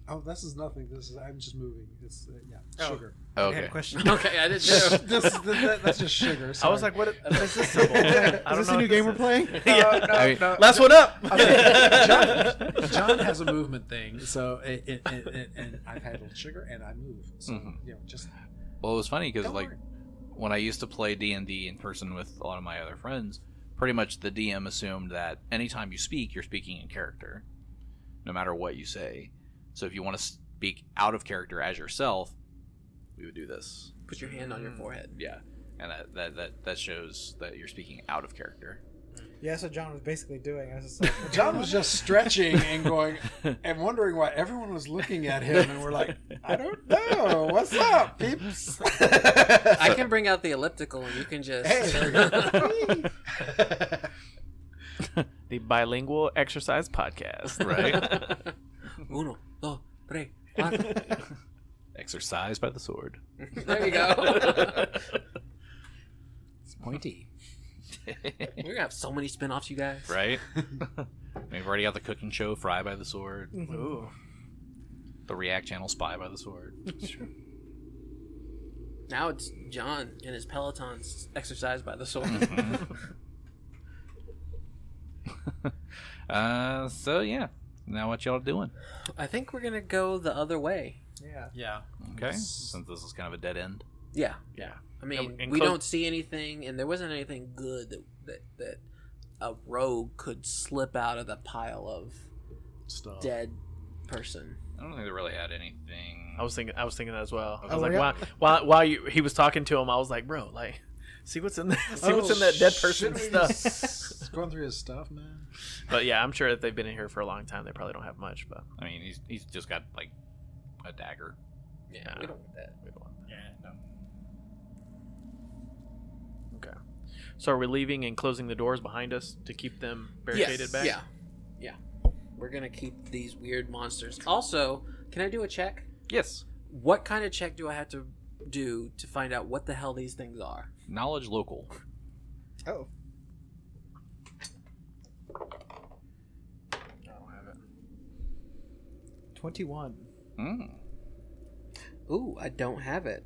Oh, this is nothing. This is I'm just moving. It's uh, yeah,
Oh.
sugar.
I had a
Okay.
[LAUGHS]
question.
[LAUGHS] okay, I didn't [LAUGHS] know.
this, is- that- that's just sugar.
I
sorry.
was like, what
Is
is this
[LAUGHS]
symbol? I
is
don't
this
know
a
what
new game we're
is.
playing?
[LAUGHS] yeah.
I mean-
Last one up.
Okay. John has a movement thing, so it, it, it, it, and I've had sugar and I move. So
Mhm.
Mm-hmm.
you know, just
Well, it was funny because
Don't
like
worry.
when I used to play D and D in person with a lot of my other friends, pretty much the DM assumed that anytime you speak, you're speaking in character, no matter what you say. So if you want to speak out of character as yourself, we would do this.
Put your hand on your [LAUGHS] forehead.
Yeah, and that that that, that shows that you're speaking out of character.
Yeah, that's what John was basically doing. I was just [LAUGHS] like,
John was just stretching
[LAUGHS]
and going and wondering why everyone was looking at him, and we're like, I don't know, what's up,
[LAUGHS]
peeps?
I can bring out the elliptical, and you can just.
Hey, there
[LAUGHS]
we
[LAUGHS]
go.
The bilingual exercise podcast.
Right.
[LAUGHS] Uno, dos, tres, cuatro.
[LAUGHS] Exercise by the [LAUGHS] sword.
[LAUGHS] There you go.
[LAUGHS]
It's pointy.
[LAUGHS] We're gonna have so many spin-offs, you guys.
right? We've already got the cooking show Fry by the Sword,
[LAUGHS] Ooh.
the React Channel Spy by the Sword.
Now it's John and his Pelotons exercised by the sword.
Mm-hmm. Uh, so yeah. Now what y'all doing?
I think we're gonna go the other way.
yeah.
[LAUGHS] Yeah.
Okay. Since this is kind of a dead end.
Yeah.
Yeah.
I mean,
And- and
we
close-
don't see anything, and there wasn't anything good that that, that a rogue could slip out of the pile of
Stuff.
dead person.
I don't think they really had anything.
I was thinking. I was thinking that as well. I was
Oh,
like,
yeah.
why, why, why you? He was talking to him. I was like, bro, like, see what's in there. [LAUGHS] See what's in that dead person
Oh,
stuff.
Oh, going through his stuff, man.
But yeah, I'm sure that they've been in here for a long time. They probably don't have much, but
I mean, he's he's just got like a dagger.
Yeah,
Yeah.
we don't want that.
we don't want
Yeah, no.
that. Okay. So are we leaving and closing the doors behind us to keep them barricaded
Yes,
back?
Yeah, yeah. We're gonna keep these weird monsters. Also, can I do a check?
Yes.
What kind of check do I have to do to find out what the hell these things are?
Knowledge local.
Oh,
I don't have it.
21.
Mm.
Ooh, I don't have it.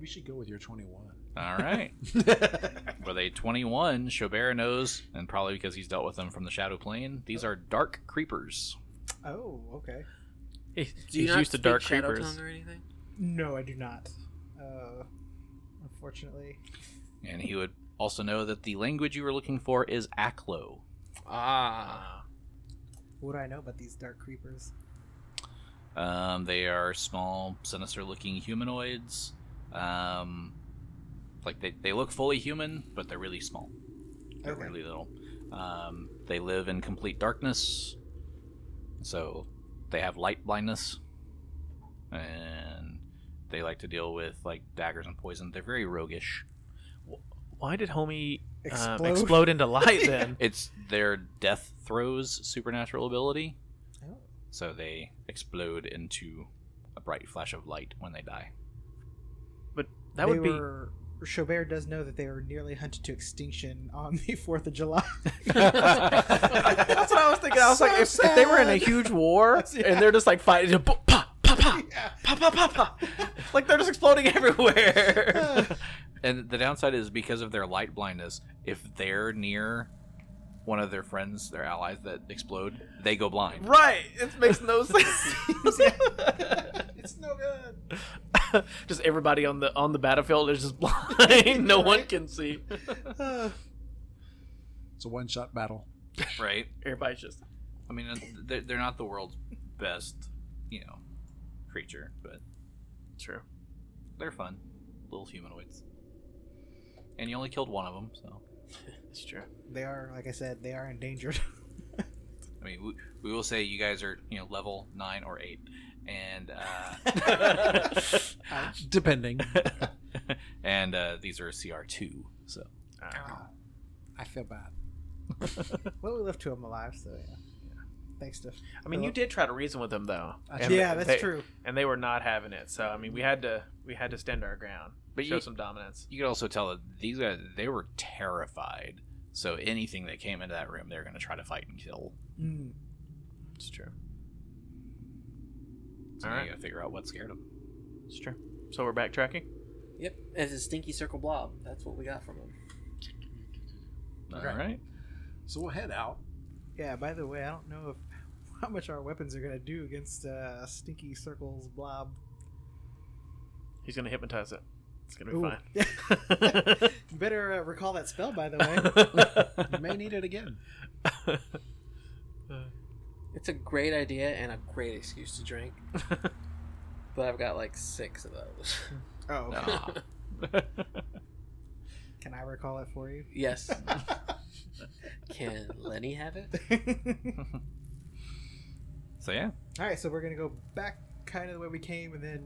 We should go with your 21.
All [LAUGHS] right. With a 21, Chaubert knows, and probably because he's dealt with them from the Shadow Plane, these are dark creepers.
Oh, okay.
He-
Do you
he's
not
used to dark
speak Shadow
creepers.
Tongue or anything?
No, I do not. Uh, unfortunately.
And he would also know that the language you were looking for is Aklo.
Ah.
What do I know about these dark creepers?
Um, they are small, sinister looking humanoids. Um, like they, they look fully human, but they're really small. They're
Okay.
really little. Um, they live in complete darkness. So they have light blindness. And they like to deal with like daggers and poison. They're very roguish.
Why did homie explode,
Explode?
um,
[LAUGHS]
explode into
[LAUGHS]
light then?
It's their death throws supernatural ability.
Oh.
So they explode into a bright flash of light when they die.
But that
They
would be
were- Chaubert does know that they were nearly hunted to extinction on [LAUGHS] the 4th of July.
That's what I was thinking. I was like,
[LAUGHS] So
if, if they were in a
sad.
huge war
[LAUGHS] Yeah.
and they're just like fighting, pa pa pa
Yeah.
pa pa pa pa, like they're just exploding [LAUGHS]
[LAUGHS]
everywhere.
And the downside is because of their light blindness, if they're near one of their friends, their allies that explode, they go blind.
right? It makes
[LAUGHS]
no sense.
it's no good.
[LAUGHS] just everybody on the on the battlefield is just
[LAUGHS]
blind. no one can see.
It's a one shot battle.
Right?
Everybody's just
I mean, uh, they're, they're not the world's best, you know, creature, but
true.
they're fun. Little humanoids. And you only killed one of them, so.
It's true.
They are, like I said, they are endangered.
I mean, we, we will say you guys are, you know, level nine or eight. And, uh, [LAUGHS]
Depending.
and, uh, these are CR2, so.
I feel bad.
[LAUGHS] well, we left two of them alive, so yeah. Thanks to.
I mean, you did try to reason with them though. And
yeah,
they-
that's
they-
true.
And they were not having it. So I mean, we had to we had to stand our ground,
But
show
you-
some dominance.
you could also tell that these guys they were terrified so anything that came into that room they were going to try to fight and kill
Mm.
It's true.
so
All
now
right.
you gotta figure out what scared them
It's true. So we're backtracking.
Yep, as a stinky circle blob. That's what we got from him.
all
Okay.
right
So we'll head out.
Yeah, by the way, I don't know if [LAUGHS] how much our weapons are going to do against uh, Stinky Circle's blob.
He's gonna hypnotize it. It's gonna be
Ooh.
fine.
You [LAUGHS] better uh, recall that spell, by the
[LAUGHS]
way.
You
[LAUGHS]
may need it again.
It's a great idea and a great excuse to drink. but I've got like six of those. [LAUGHS]
oh, okay.
Nah.
can I recall it for you? [LAUGHS]
yes. Can Lenny have it?
All
so yeah
right, so we're going to go back kind of the way we came and then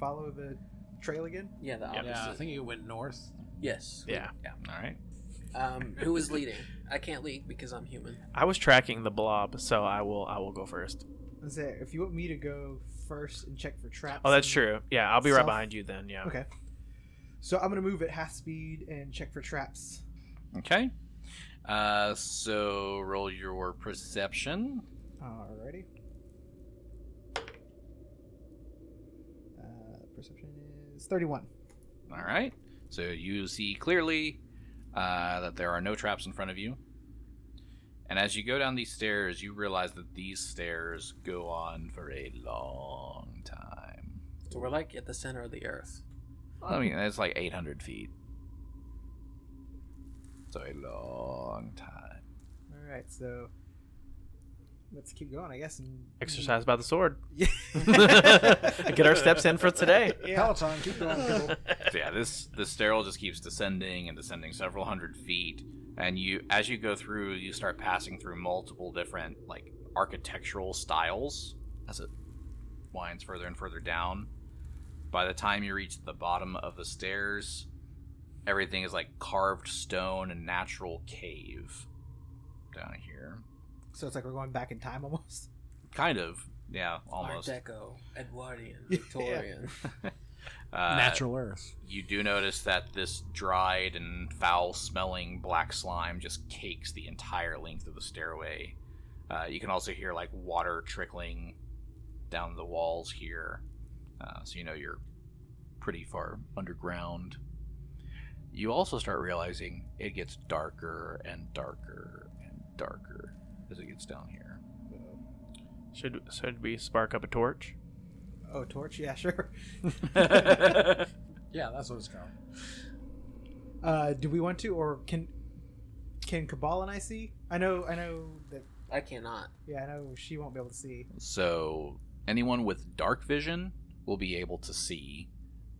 follow the trail again.
Yeah, the
Yeah,
opposite.
[LAUGHS] Yeah, I think you went north.
Yes.
[LAUGHS] yeah.
all right
Um, who is leading? I can't lead because I'm human.
I was tracking the blob, so I will I will go first.
Let's say, if you want me to go first and check for traps.
Oh, that's
and-
true. Yeah, I'll be right
Self-
behind you then. Yeah.
Okay. So I'm going to move at half speed and check for traps.
okay uh so roll your perception
Alrighty. Uh, perception is 31.
all right so you see clearly uh, that there are no traps in front of you and as you go down these stairs you realize that these stairs go on for a long time
So we're like at the center of the earth.
I mean, that's like 800 feet. So a long time.
Alright, so let's keep going, I guess. And...
Exercise by the sword.
Yeah.
[LAUGHS] Get our steps in for
[LAUGHS]
today.
Yeah.
Peloton, keep going, [LAUGHS] people.
So yeah, this the sterile just keeps descending and descending several hundred feet, and you as you go through, you start passing through multiple different like architectural styles as it winds further and further down. By the time you reach the bottom of the stairs, everything is like carved stone and natural cave down here.
So it's like we're going back in time almost. [LAUGHS]
Kind of, yeah, almost.
Art Deco, Edwardian, Victorian.
Uh,
Natural Earth.
You do notice that this dried and foul smelling black slime just cakes the entire length of the stairway. Uh, you can also hear like water trickling down the walls here. Uh, so you know you're pretty far underground. You also start realizing it gets darker and darker and darker as it gets down here.
Should should we spark up a torch?
Oh, torch? Yeah, sure.
[LAUGHS]
Yeah, that's what it's called.
Uh, do we want to, or can can Cabal and I see? I know, I know that.
I cannot.
Yeah, I know she won't be able to see.
so anyone with dark vision will be able to see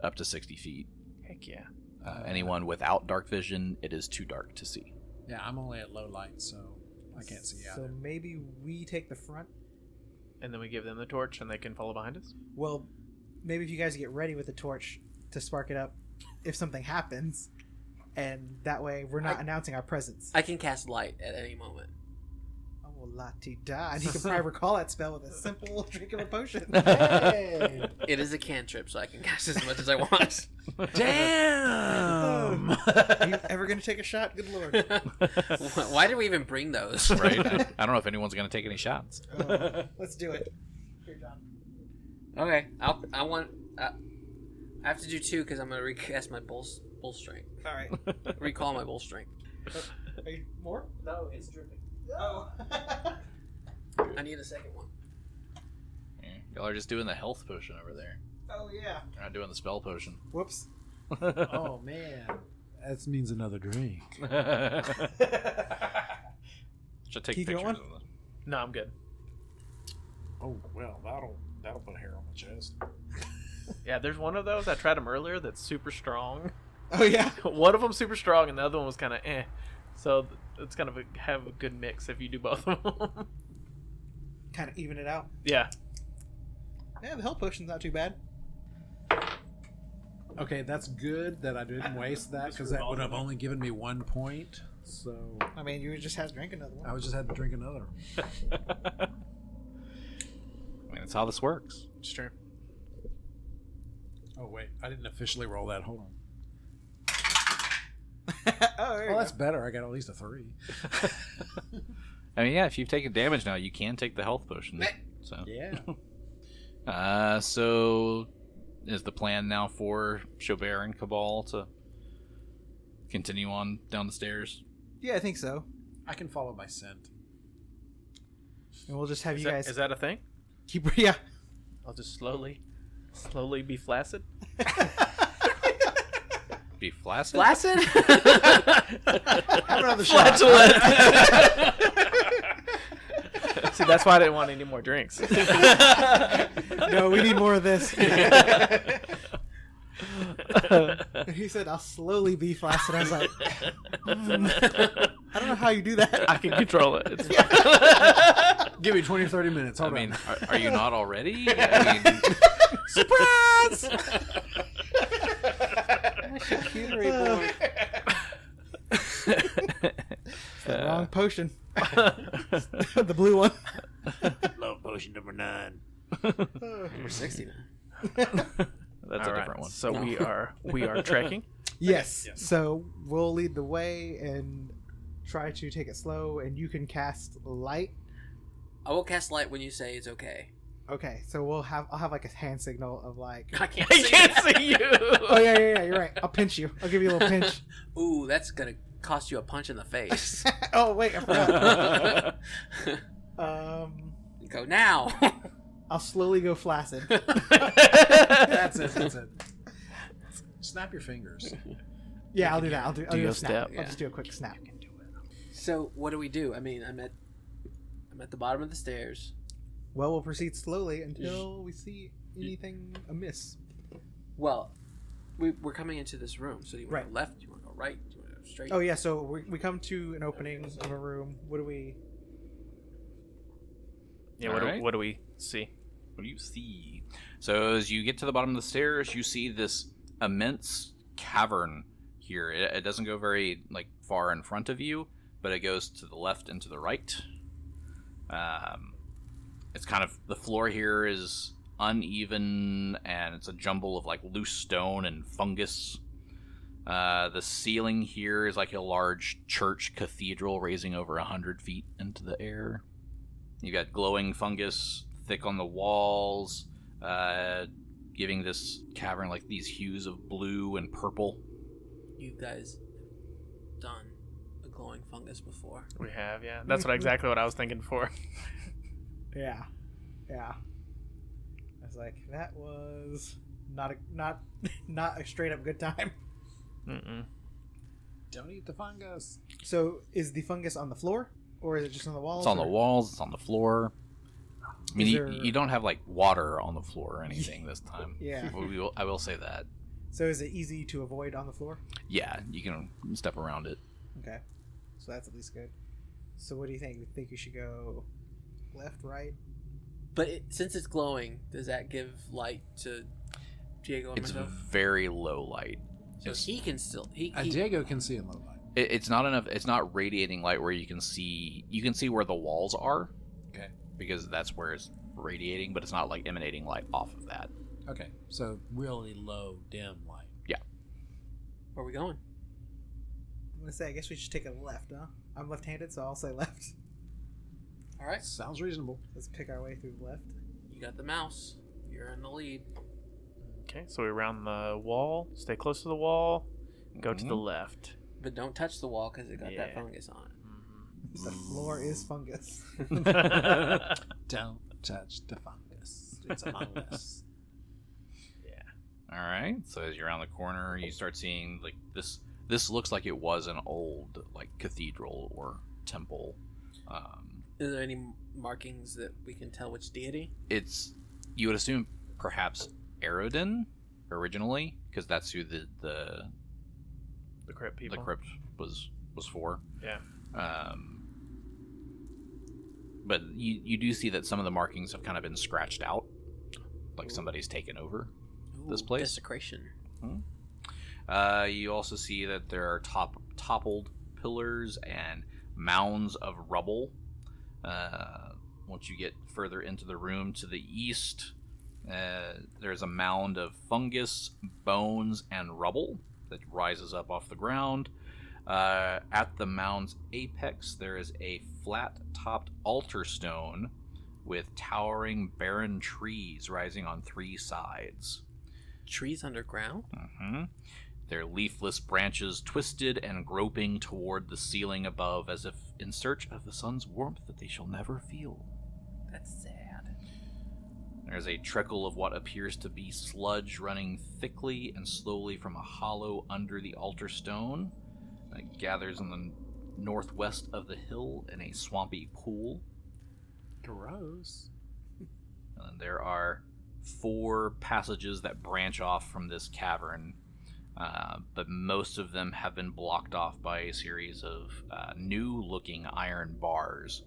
up to 60 feet.
Heck yeah.
Uh, anyone without dark vision, it is too dark to see.
Yeah, I'm only at low light, so I can't see
So
either.
maybe we take the front.
And then we give them the torch, and they can follow behind us.
Well, maybe if you guys get ready with the torch to spark it up, if something happens, and that way we're not
I-
announcing our presence.
I can cast light at any moment.
oh, well, la ti da. And you can probably recall that spell with
[LAUGHS]
a simple drink of a potion.
Hey!
It is a cantrip, so I can cast as much as I want.
Um.
Damn!
Um, Are you ever going to take a shot?
[LAUGHS]
Good lord.
Why did we even bring those?
right? I, I don't know if anyone's going to take any shots.
Oh, let's do it. Here, John.
Okay, I'll, I want. Uh, I have to do two because I'm gonna recast my bull bull strength.
All
[LAUGHS]
right.
Recall my bull strength.
Are you more?
No, it's dripping.
Oh.
[LAUGHS] I need a second one.
Yeah, Y'all are just doing the health potion over there.
oh yeah.
You're not doing the spell
[LAUGHS]
potion.
Whoops.
[LAUGHS] oh man, that means another drink.
Should take
Keep
pictures
going.
of them.
No, I'm good.
Oh well, that'll that'll put hair on my chest.
Yeah, there's one of those. I tried them earlier that's super strong. [LAUGHS]
Oh yeah.
one of them's super strong, and the other one was kind of eh. So th- it's kind of a, have a good mix if you do both of them.
Kind of even it out.
[LAUGHS] yeah.
Yeah, the health potion's not too bad.
Okay, that's good that I didn't waste that because that would have only given me one point. So
I mean, you just had to drink another [LAUGHS]
I
one.
was just had to drink another.
I mean, that's how this works.
It's true.
Oh wait, I didn't officially roll that. Hold on.
oh, there you
Well, that's
go.
better. I got at least a three.
I mean, yeah, if you've taken damage now, you can take the health potion. So,
Yeah.
uh, so is the plan now for Chaubert and Cabal to continue on down the stairs?
Yeah, I think so.
[LAUGHS] I can follow my scent.
And we'll just have
Is
you
that-
guys
is that a thing?
keep. [LAUGHS] Yeah.
I'll just slowly, slowly be [LAUGHS] flaccid.
Be flaccid.
Flaccid?
[LAUGHS]
Have another shot.
Flatulent. [LAUGHS] See, that's why I didn't want any more [LAUGHS] drinks.
[LAUGHS] no,
[LAUGHS]
we need more of this.
I
he said, "I'll slowly be flaccid." I was like, "Hmm, "I don't know how you do that."
I [LAUGHS] can control it. It's fine.
Give me 20 or 30 minutes. Hold
mean,
on.
are, are you not already? I mean,
Charcuterie board. It's the wrong potion. [LAUGHS] the blue one.
Love potion number nine.
Number 69.
That's
All
a
right,
different one.
So we are we are trekking.
[LAUGHS] Yes. So we'll lead the way and try to take it slow, and you can cast light.
I will cast light when you say it's okay.
Okay. So we'll have I'll have like a hand signal of like.
[LAUGHS] I
[LAUGHS]
can't
I
see
can't
that.
see
Oh
you.
yeah, yeah, yeah. You're right. I'll pinch you. I'll give you a little pinch.
Ooh, that's gonna cost you a punch in the [LAUGHS] face.
[LAUGHS] oh wait, I forgot.
Go
Um,
now.
I'll slowly go flaccid.
[LAUGHS] That's it. That's it. Snap your fingers.
Yeah, I'll do that. I'll do. I'll
Do
do,
your
a snap.
step.
I'll just do a quick snap.
so what do we do? I mean, I'm at I'm at the bottom of the stairs.
Well, we'll proceed slowly until we see anything amiss.
Well, we, we're coming into this room. So do you want to
Right.
go left? Do you want to go right? Do you want to go straight?
Oh yeah, so we, we come to an opening of a room. What do we?
[LAUGHS] Yeah. What, do,
Alright.
what do we see?
What do you see? So as you get to the bottom of the stairs, you see this immense cavern here. It, it doesn't go very like far in front of you, but it goes to the left and to the right. Um, it's kind of the floor here is uneven and it's a jumble of like loose stone and fungus. Uh, the ceiling here is like a large church cathedral raising over a hundred feet into the air. You got glowing fungus thick on the walls, uh, giving this cavern like these hues of blue and purple.
You guys have done a glowing fungus before.
We have yeah.
Mm-hmm.
That's what exactly what I was thinking for.
Yeah, yeah.
I
It's like that was not a not [LAUGHS] not a straight up good time.
[LAUGHS] Mm-mm.
Don't eat the fungus.
So is the fungus on the floor or is it just on the walls?
It's on the
or-
walls. It's on the floor. I mean,
Is
you,
there-
you don't have like water on the floor or anything this time.
Yeah.
We will, I will say that.
So is it easy to avoid on the floor?
Yeah, you can step around it.
Okay. So that's at least good. So what do you think? You think you should go left, right?
But it, since it's glowing, does that give light to Diego and
It's
myself?
very low light.
So
it's-
he can still he,
Uh,
he-
Diego can see in low light.
It, it's not enough. It's not radiating light where you can see. You can see where the walls are.
Okay.
Because that's where it's radiating, but it's not like emanating light off of that.
Okay, so really low dim light.
where are we going?
I'm gonna say I guess we should take a left, huh? I'm left handed, so I'll say left.
All right,
Sounds reasonable.
Let's pick our way through the left.
you got the mouse. You're in the lead.
Okay, so we round the wall, stay close to the wall, go
Mm-hmm.
to the
[LAUGHS]
left.
But don't touch the wall because it got that
Yeah.
fungus on it.
The floor is fungus. [LAUGHS]
Mhm.
Don't touch the fungus. [LAUGHS] It's among us.
All right. So as you're around the corner, you start seeing like this. This looks like it was an old like cathedral or temple. Um,
Is there any markings that we can tell which deity?
it's you would assume perhaps Aerodin originally because that's who the the,
[LAUGHS] the crypt
the
people.
crypt was was for.
Yeah.
Um, but you you do see that some of the markings have kind of been scratched out, like somebody's taken over. This place?
desecration.
Uh, you also see that there are top toppled pillars and mounds of rubble. Uh, once you get further into the room to the east, uh, there's a mound of fungus, bones, and rubble that rises up off the ground. Uh, at the mound's apex, there is a flat topped altar stone with towering barren trees rising on three sides.
Trees underground.
Mm-hmm. Their leafless branches twisted and groping toward the ceiling above as if in search of the sun's warmth that they shall never feel. [LAUGHS]
That's sad.
There's a trickle of what appears to be sludge running thickly and slowly from a hollow under the altar stone that gathers in the northwest of the hill in a swampy pool.
Gross.
And Uh, there are four passages that branch off from this cavern, uh, but most of them have been blocked off by a series of uh, new looking iron bars.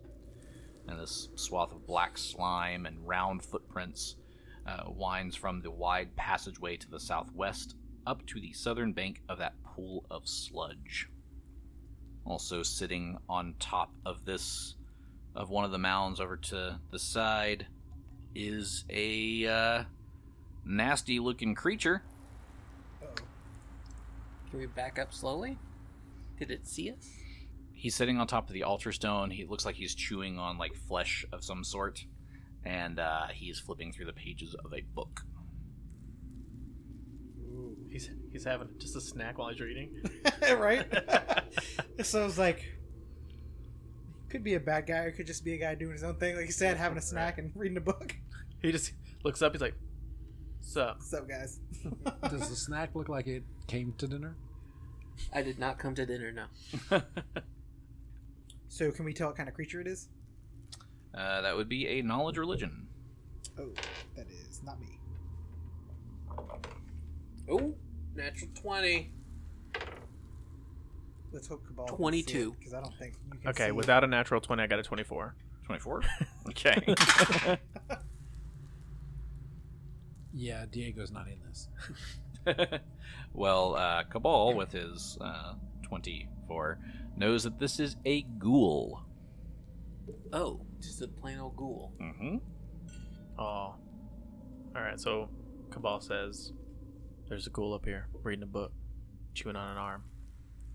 And this swath of black slime and round footprints uh, winds from the wide passageway to the southwest up to the southern bank of that pool of sludge. Also, sitting on top of this, of one of the mounds over to the side, is a uh, nasty looking creature.
Can we back up slowly? Did it see us?
He's sitting on top of the altar stone. He looks like he's chewing on like flesh of some sort, and uh, he's flipping through the pages of a book.
He's he's having just a snack while he's reading. [LAUGHS]
right? [LAUGHS] so it's like could be a bad guy or could just be a guy doing his own thing, like you said, having a snack and reading a book.
He just looks up. He's like, "Sup?"
What's up, guys? [LAUGHS]
Does the snack look like it came to dinner?
I did not come to dinner. No.
so can we tell what kind of creature it is?
Uh, that would be a knowledge religion.
Oh, that is not me.
Oh, natural twenty.
Let's hope Cabal
22.
because I don't think you can
Okay,
see it.
without a natural twenty, I got a twenty-four.
Twenty-four. [LAUGHS]
Okay.
Yeah, Diego's not in this.
well, uh, Cabal with his uh, twenty-four knows that this is a ghoul.
Oh, just a plain old ghoul.
Mm-hmm.
oh. All right. So Cabal says, "There's a ghoul up here reading a book, chewing on an arm."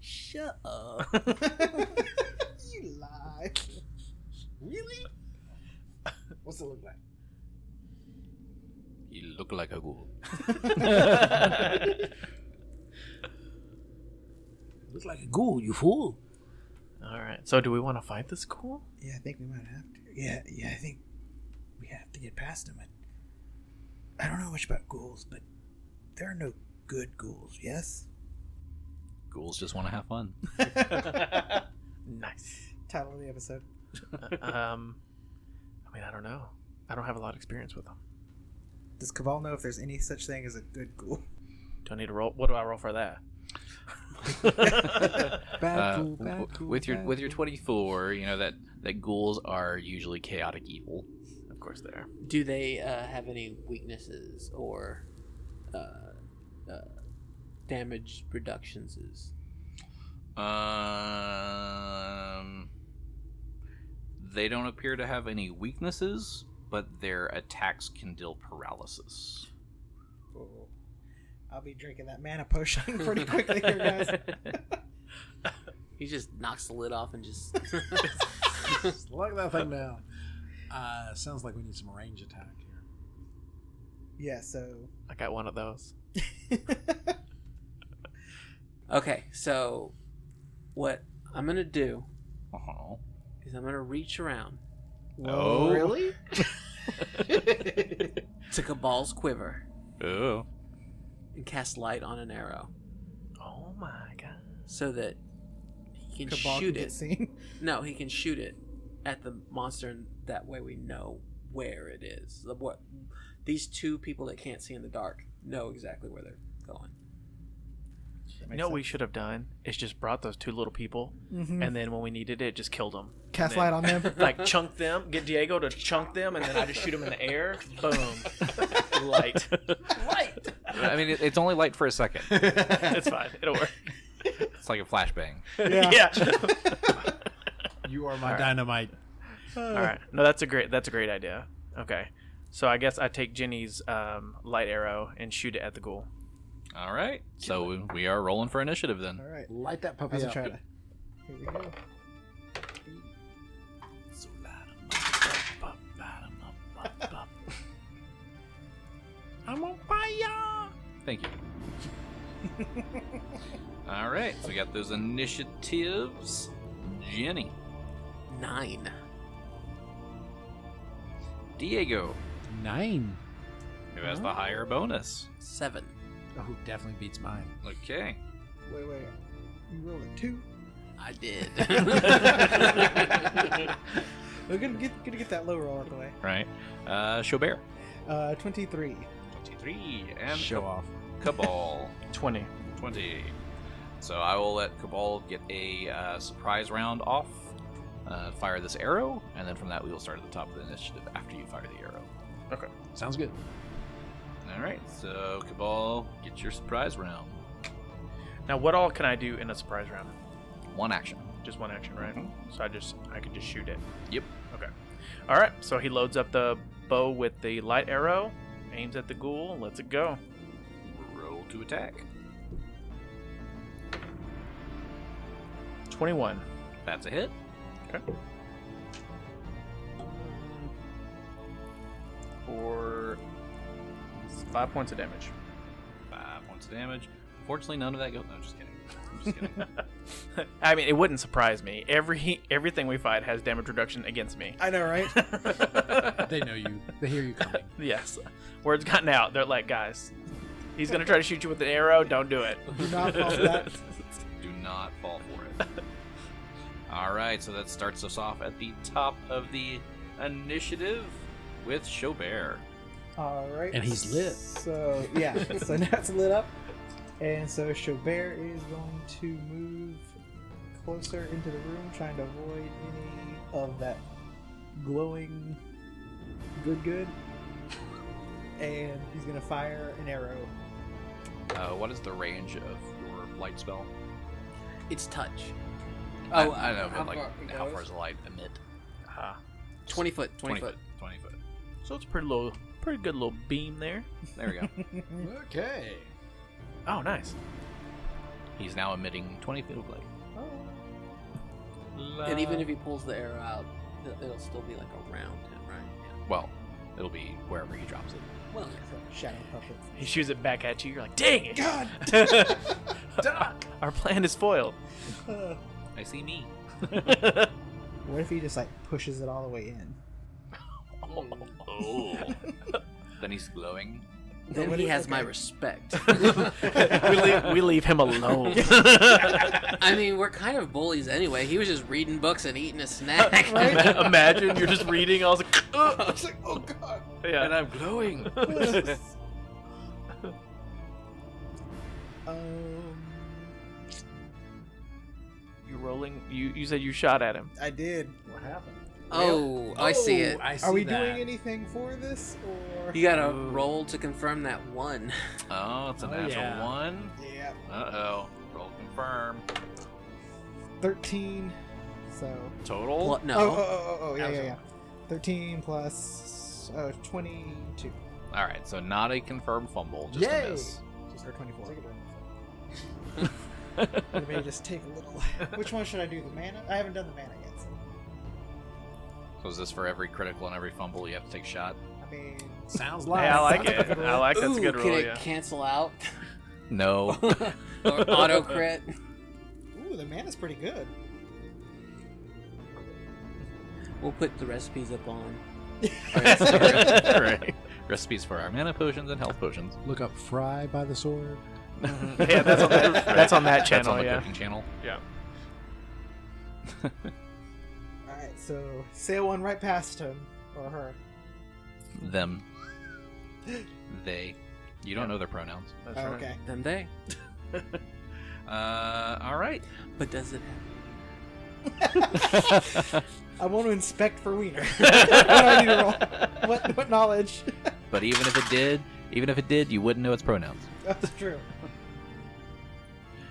Shut up.
[LAUGHS]
[LAUGHS] you lie.
Really? What's it look like?
You look like a ghoul.
Looks like a ghoul, you fool.
All right. So do we want to fight this [LAUGHS] ghoul?
Yeah, I think we might have to. Yeah, yeah, I think we have to get past him and
I don't know much about ghouls, but there are no good ghouls, yes?
Ghouls just want to have fun.
Uh, nice.
Title of the episode.
um, I mean, I don't know. I don't have a lot of experience with them.
Does Caval know if there's any such thing as a good ghoul?
Do I need to roll? What do I roll for that?
Bad
Uh, w-
ghoul, bad ghoul.
with your
bad
with your
ghoul.
twenty four, you know that that ghouls are usually chaotic evil.
[LAUGHS] Of course, there.
Do they uh, have any weaknesses or uh, uh, damage reductions?
Um, they don't appear to have any weaknesses, but their attacks can deal paralysis.
Oh. [LAUGHS] I'll be drinking that mana potion [LAUGHS] pretty quickly here, guys.
[LAUGHS] He just knocks the lid off and just. [LAUGHS]
Just lock that thing down. Uh, sounds like we need some range attack here.
[LAUGHS] Yeah, so.
I got one of those.
okay, so what I'm gonna do
Oh,
is I'm gonna reach around
Oh.
really?
to Cabal's quiver
oh,
and cast light on an arrow
[LAUGHS] Oh my god!
so that he can
Cabal
shoot
can
it.
get seen.
No, he can shoot it at the monster, and that way we know where it is. The- What these two people that can't see in the dark know exactly where they're going.
You
[LAUGHS]
know what we should have done is just brought those two little people,
Mhm.
and then when we needed it, just killed them.
Cast light
[LAUGHS]
on them.
Like chunk them, get Diego to chunk them, and then I just shoot them in the air. [LAUGHS] Boom, [LAUGHS] light.
Right.
I mean it, it's only light for a second.
It's fine. It'll work.
It's like a flashbang.
Yeah.
You are my dynamite.
All right. No, that's a great that's a great idea. Okay. So I guess I take Jenny's um, light arrow and shoot it at the ghoul.
All right, so we, we are rolling for initiative then.
All right.
Light that puppy
How's
up.
it try to? Here we go.
So light 'em up, up, light 'em up, up, up.
I'm on fire.
Thank you. All right, so we got those initiatives. Jenny,
Nine.
Diego,
Nine.
who has the higher bonus?
Seven.
Oh, definitely beats mine.
Okay.
Wait, wait. You rolled a two.
I
[LAUGHS]
did. [LAUGHS]
We're gonna get gonna get that low roll out the way.
Right. Uh, Chaubert.
Uh, twenty-three.
23. And
Show off.
Cabal.
Twenty.
20. So I will let Cabal get a uh, surprise round off, uh, fire this arrow, and then from that we will start at the top of the initiative after you fire the arrow.
Sounds good.
All right, so Cabal, get your surprise round.
Now what all can I do in a surprise round?
One action.
Just one action, right? So I just I could just shoot it.
Yep.
Okay. All right. So he loads up the bow with the light arrow, aims at the ghoul, and lets it go.
Roll to attack.
Twenty-one.
That's a hit.
Okay. For five points of damage.
Five points of damage. Fortunately, none of that goes. No, just kidding. I'm just kidding.
[LAUGHS]
[LAUGHS]
I mean, it wouldn't surprise me. Every everything we fight has damage reduction
[LAUGHS]
against me.
I know, right? [LAUGHS]
They know you. They hear you coming.
yes, word's gotten out. They're like, guys, he's gonna try to shoot you with an arrow. Don't do it.
Do not fall for
[LAUGHS]
that.
Do not fall for it. [LAUGHS] All right, so that starts us off at the top of the initiative with Chaubert.
All right.
And he's lit.
So yeah. [LAUGHS] so now it's lit up, and so Chaubert is going to move closer into the room, trying to avoid any of that glowing good good. And he's gonna fire an arrow. [LAUGHS]
Uh, what is the range of your light spell?
it's touch. Oh,
I, I know,
how
but like,
far it
how
goes?
far is the light emit?
Uh,
Twenty foot. Twenty, foot.
Twenty foot.
[LAUGHS] so it's a pretty little, pretty good little beam there.
There we go.
Okay.
Oh, nice.
He's now emitting twenty feet of light.
And even if he pulls the arrow out, it- it'll still be like around him, right?
well, it'll be wherever he drops it.
Yeah. Well, yeah.
Shadow puppets.
He shoots it back at you. You're like, dang it!
God.
Our plan is [LAUGHS] foiled.
Uh,
I see me.
what if he just like pushes it all the way in?
Oh.
[LAUGHS] Then he's glowing.
Then
what
he
is-
has
okay.
my respect. [LAUGHS]
we, leave, we leave him [LAUGHS] alone.
I mean, we're kind of bullies anyway. He was just reading books and eating
[LAUGHS]
a snack. [LAUGHS]
Ima- Imagine you're just reading. I was like, [LAUGHS] "Ugh."
It's like, oh god.
And
yeah.
I'm glowing.
[LAUGHS]
Um,
You rolling? You you said you shot at him.
I did.
What happened?
oh, I see it.
I see
Are we
that.
doing anything for this, or
You gotta
Ooh.
roll to confirm that one.
Oh, it's a
Oh,
natural
yeah.
one.
Yeah.
Uh oh. Roll confirm.
thirteen? So
Total.
Well, no.
oh, oh, oh, oh, yeah,
That was
yeah,
a-
yeah. Thirteen plus uh, twenty-two
All right, so not a confirmed fumble, just
Yay!
a miss.
or twenty-four.
Take
[LAUGHS]
it Maybe just take a little.
Which one should I do? The mana? I haven't done the mana yet. So.
So is this for every critical and every fumble you have to take a shot?
I mean,
Sounds
Yeah,
like.
Hey, I like it.
that's a good
I
roll.
like that's a
Ooh,
good
can
roll.
it [LAUGHS]
Yeah.
cancel out?
No.
or auto crit?
ooh, the mana's pretty good.
We'll put the recipes up on.
[LAUGHS]
All right. Recipes for our mana potions and health potions.
Look up Fry by the Sword.
[LAUGHS] yeah, that's on that, that's on that
That's
channel.
on the
yeah.
cooking channel.
All right, so sail one right past him or her.
Them. They. You don't know their pronouns.
That's
Oh,
right.
okay.
Them they.
Uh, all right.
But does it happen?
I want to inspect for wiener. [LAUGHS] what do I need to roll? What, what knowledge? [LAUGHS]
[LAUGHS] But even if it did, even if it did, you wouldn't know its pronouns.
That's true.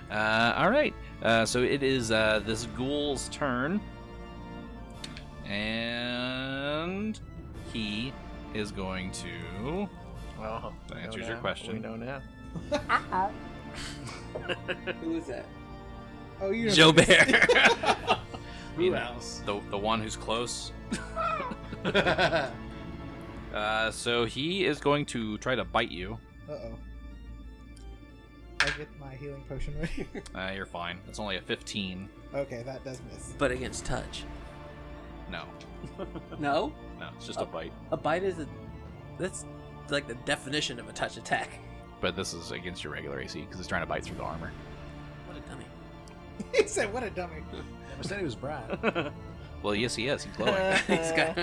Uh, all right. Uh, so it is uh, this ghoul's turn, and he is going to.
Well,
That
we know
answers your
now.
question.
We know now.
Who is that?
Oh, you know
Joe
this.
Bear.
[LAUGHS]
Who else?
the the one who's
[LAUGHS]
close. [LAUGHS] uh, so he is going to try to bite you.
[LAUGHS] Uh-oh. I get my healing potion ready. [LAUGHS]
Uh, you're fine. It's only a 15.
okay, that does miss. [LAUGHS]
But against touch.
No,
No?
no, it's
Oh.
just a bite.
A bite is a. That's like the definition of a touch attack.
But this is against your regular AC because it's trying to bite through the armor.
What a dummy. [LAUGHS]
he said, what a dummy.
[LAUGHS] I said he was Brian.
Well, yes, he is. He's
[LAUGHS] Uh,
glowing.
[LAUGHS] He's
Uh,
got.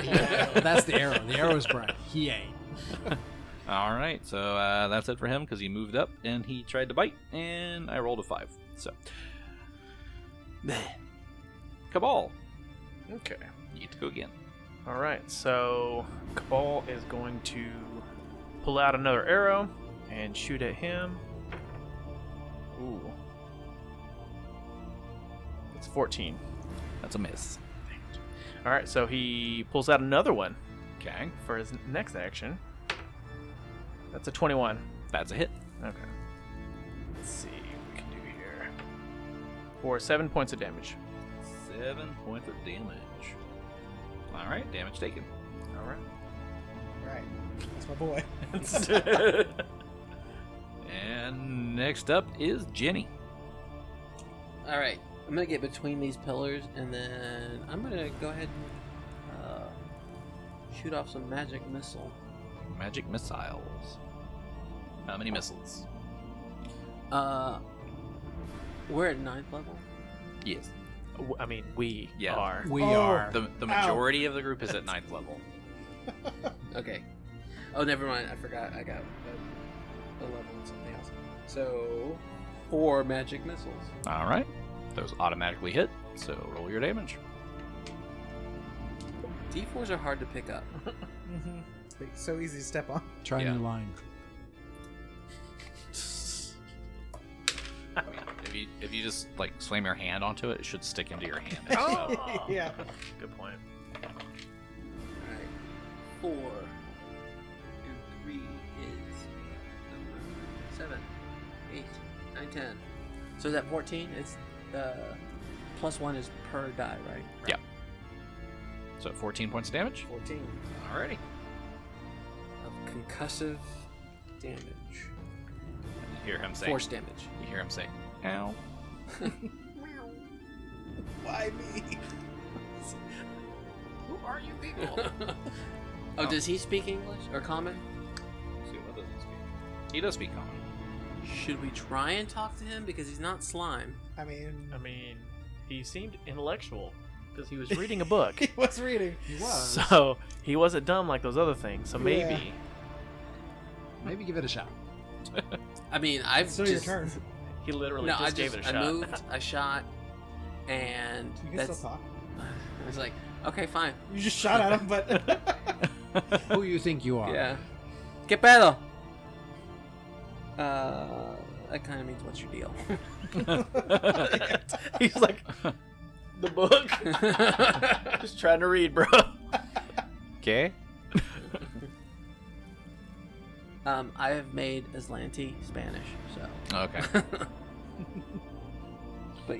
That's the arrow. The arrow is Brian. He ain't.
All right, so uh, that's it for him because he moved up and he tried to bite, and I rolled a five. So, Bleh. Cabal,
Okay.
you get to go again.
All right. So Cabal is going to pull out another arrow and shoot at him. Ooh. It's 14.
That's a miss.
All right. So he pulls out another one
Okay,
for his next action. That's a 21.
that's a hit.
Okay. Let's see what we can do here. For seven points
[LAUGHS]
of damage. [LAUGHS]
Seven points of damage. All right, damage taken.
All right.
Right. That's my boy.
And next up is Jenny.
All right, I'm gonna get between these pillars, and then I'm gonna go ahead and uh, shoot off some magic missile.
Magic missiles. How many missiles?
Uh, we're at ninth level.
Yes.
W- I mean, we
Yeah.
[LAUGHS]
are.
We
Oh.
are.
The, the majority of the group is at ninth level.
Okay. Oh, never mind. I forgot. I got a, a level and something else. So four magic missiles.
All right. Those automatically hit, so roll your damage.
D4s are hard to pick up.
hmm So easy to step on. [LAUGHS]
Try
Yeah.
new line.
I mean, if you if you just like slam your hand onto it, it should stick into your hand.
yeah.
Good point.
All right, four and three is number seven, eight, nine, ten. So is that fourteen? It's uh, plus one is per die, right?
Yeah. So 14 points of damage.
Fourteen
Alrighty.
of concussive damage,
And you hear him say.
force damage.
You hear him say. Ow.
Why me?
[LAUGHS]
Um,
oh, does he speak English or common?
He does speak common.
Should we try and talk to him because he's not slime?
I mean,
I mean, he seemed intellectual because he was reading a book.
[LAUGHS] he was reading. [LAUGHS] He was.
So he wasn't dumb like those other things. So
Yeah.
maybe
Maybe give it a shot.
I mean, I've
Still
just
your turn.
he literally
no,
just,
I
gave
just
it a
I
shot.
moved, I shot, and
You can
that's.
still talk.
[LAUGHS] I was like, okay, fine,
You just shot at him, but
[LAUGHS]
[LAUGHS]
Who you think you are?
yeah. Get better. Uh, that kind of means what's your
[LAUGHS]
deal?
[LAUGHS] He's like the book. [LAUGHS] just trying to read, bro.
Okay.
um, I have made Aslanti Spanish, so.
Okay.
[LAUGHS]
but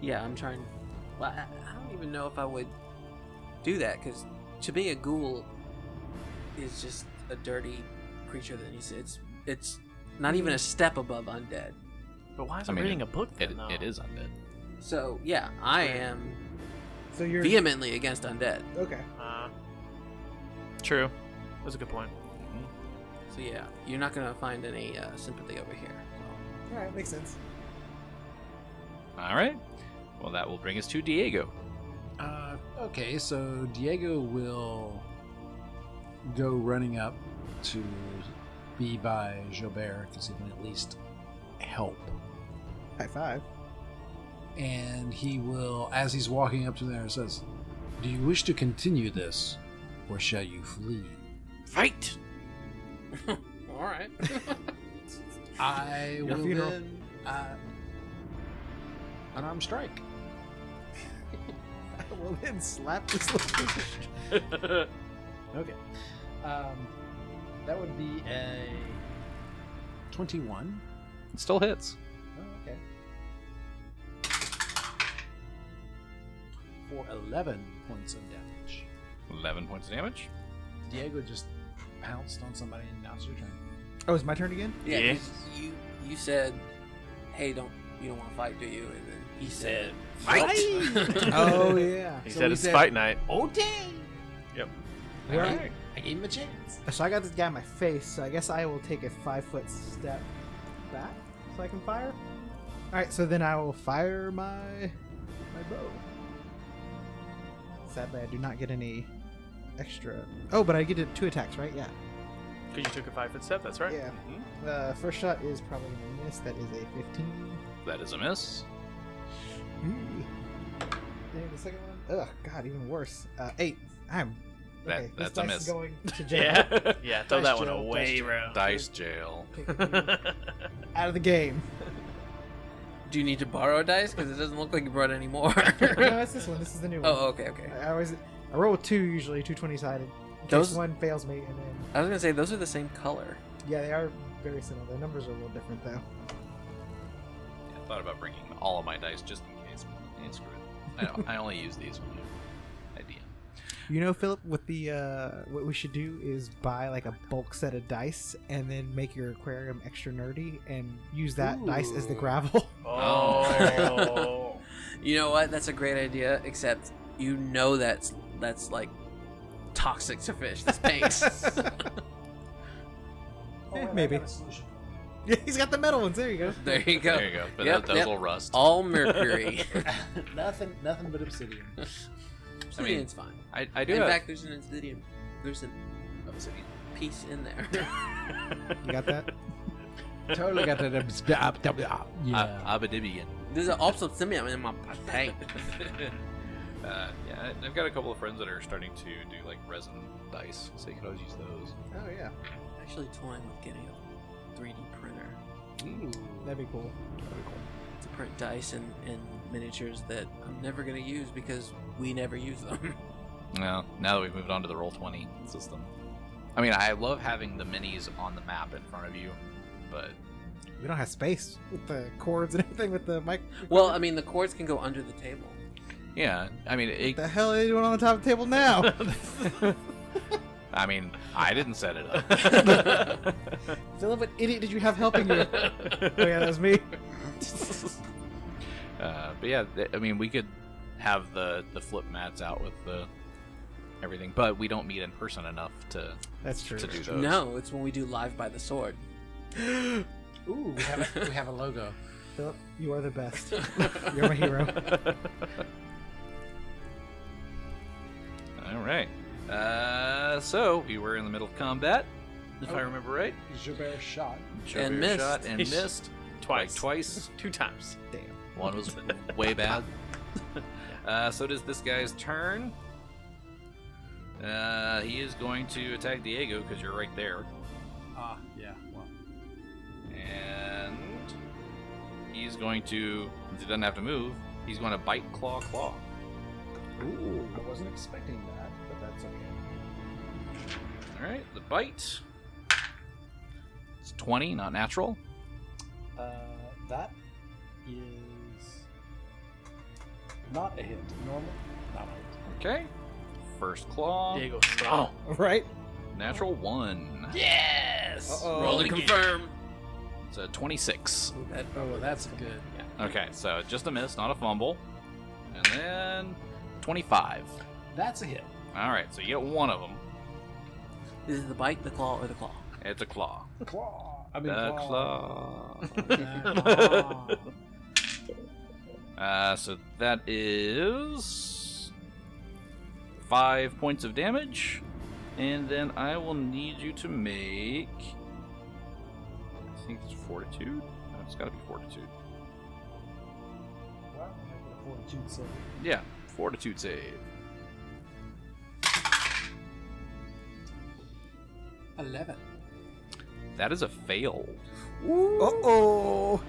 yeah, I'm trying. Well, I, I don't even know if I would do that because to me, a ghoul is just a dirty creature that needs. It's it's not even
Mm.
a step above undead.
But why is
I
he
mean,
reading a book
It,
then? though?
it is undead.
So yeah, I am
so you're
vehemently against undead.
okay.
Uh, true. That's a good point.
So yeah, you're not gonna find any uh, sympathy over here. So.
All right, makes sense.
All right. Well, that will bring us to Diego.
Uh, okay, so Diego will go running up to be by Gilbert because he can at least help.
High [LAUGHS] five.
And he will, as he's walking up to there, says, Do you wish to continue this, or shall you flee?
Fight.
[LAUGHS] All right. [LAUGHS]
I
Your
will
funeral.
then uh, unarmed strike.
I will then slap this little.
[LAUGHS]
Okay. Um, that would be a 21.
It still hits.
Oh, okay. For 11 points of damage.
11 points of damage.
Diego just pounced on somebody and now it's your turn.
Oh, it's my turn again.
yeah,
Yes.
you you said, hey, don't you don't want to fight, do you? And then he said, [LAUGHS]
Fight.
[LAUGHS] Oh yeah.
[LAUGHS] He
So
said
we
it's
said-
fight night.
Okay!
Yep.
All right. I gave him a chance.
So I got this guy in my face. So I guess I will take a five foot step back so I can fire. All right. So then I will fire my my bow. Sadly, I do not get any extra. Oh, but I get two attacks, right? Yeah.
Because you took a five foot step. That's right.
Yeah.
Mm-hmm.
The Uh, first shot is probably gonna miss. That is a fifteen.
That is a miss.
And the second one, ugh, God, even worse. Uh, eight. I'm.
That-
okay,
that's
this
a
dice
miss.
is Going
[LAUGHS]
to jail. [LAUGHS]
Yeah. yeah. Throw
Dice
that one
jail,
away,
dice
bro. [LAUGHS]
Dice jail.
Pick it up. Out of the game. [LAUGHS]
do you need to borrow dice? Because it doesn't look like you brought any more. [LAUGHS]
no, that's this one. This is the new one.
Oh, okay, okay.
I always I roll two usually, two twenty sided.
Those-
Those one fails me, and then
I was gonna say those are the same color.
yeah, they are very similar. Their numbers are a little different though.
I thought about bringing all of my dice just in case. And screw it. I, I only use these when I idea.
You know, Philip, what the uh, what we should do is buy like a bulk set of dice, and then make your aquarium extra nerdy, and use that dice as the
Ooh.
gravel. [LAUGHS]
[LAUGHS]
Oh.
You know what? That's a great idea. Except you know that's that's like toxic to fish. This paints.
Oh,
Eh, maybe. Yeah, he's got the metal ones.
[LAUGHS]
There you go.
[LAUGHS] there you go.
There you go. But
Yep,
that, those
yep.
will rust.
All mercury.
[LAUGHS] nothing, nothing but obsidian.
Obsidian's
I mean,
fine.
I, I do
In
have
fact, there's an obsidian. There's a obsidian piece in there.
You got that?
[LAUGHS] totally got that. obs- uh, uh, uh, Yeah.
uh, Abadibian.
[LAUGHS] there's an obsidian in my paint.
[LAUGHS] Uh, yeah, I- I've got a couple of friends that are starting to do like resin dice, so you can always use those.
oh yeah,
I'm [LAUGHS] actually toying with getting a 3D printer
Uh,
that'd be cool.
to print dice and, and miniatures that I'm never gonna use because we never use them. [LAUGHS]
Well, now that we've moved on to the roll twenty system, I mean, I love having the minis on the map in front of you, but
We don't have space with the cords and everything with the mic.
well, I mean, the cords can go under the table.
yeah, I mean,
What
it,
the hell are they doing on the top of the table
[LAUGHS]
now?
I mean, I didn't set it up.
[LAUGHS]
Philip, what idiot did you have helping you? oh yeah, that was me.
Uh, but yeah, th- I mean, we could have the the flip mats out with the everything, but we don't meet in person enough to
That's true.
to do those.
No, it's when we do live by the sword.
Ooh, we have a, we have a logo.
Philip, you are the best. You're my hero.
All right. Uh, so you were in the middle of combat, if I remember right.
Joubert shot.
Jobert
missed.
Shot and
He's-
missed
Twice.
Like, twice.
Two times.
One was way bad. Uh, so does this guy's turn. Uh, he is going to attack Diego because you're right there,
Ah, yeah. Well,
and he's going to. He doesn't have to move. He's going to bite claw claw.
ooh.
I wasn't expecting that, but that's okay.
All right, the bite. It's twenty, not natural.
Uh, that is not a hit. Normal, not a hit.
Okay. First claw.
Diego, stop.
Right?
Natural one.
Yes.
Uh-oh.
Roll to
Again.
confirm.
It's a 26.
Oh, that's good.
Okay, so just a miss, not a fumble. And then 25.
That's a [LAUGHS] hit.
All right, so you get one of them.
Is it the bite, the claw, or the claw?
It's a claw.
Claw. I mean,
The
claw.
claw.
Uh,
[LAUGHS]
Ah,
Uh, so that is five points of damage, and then I will need you to make. I think it's fortitude. No, it's got to be fortitude.
fortitude save.
Yeah, fortitude save.
11.
That is a fail.
Uh oh.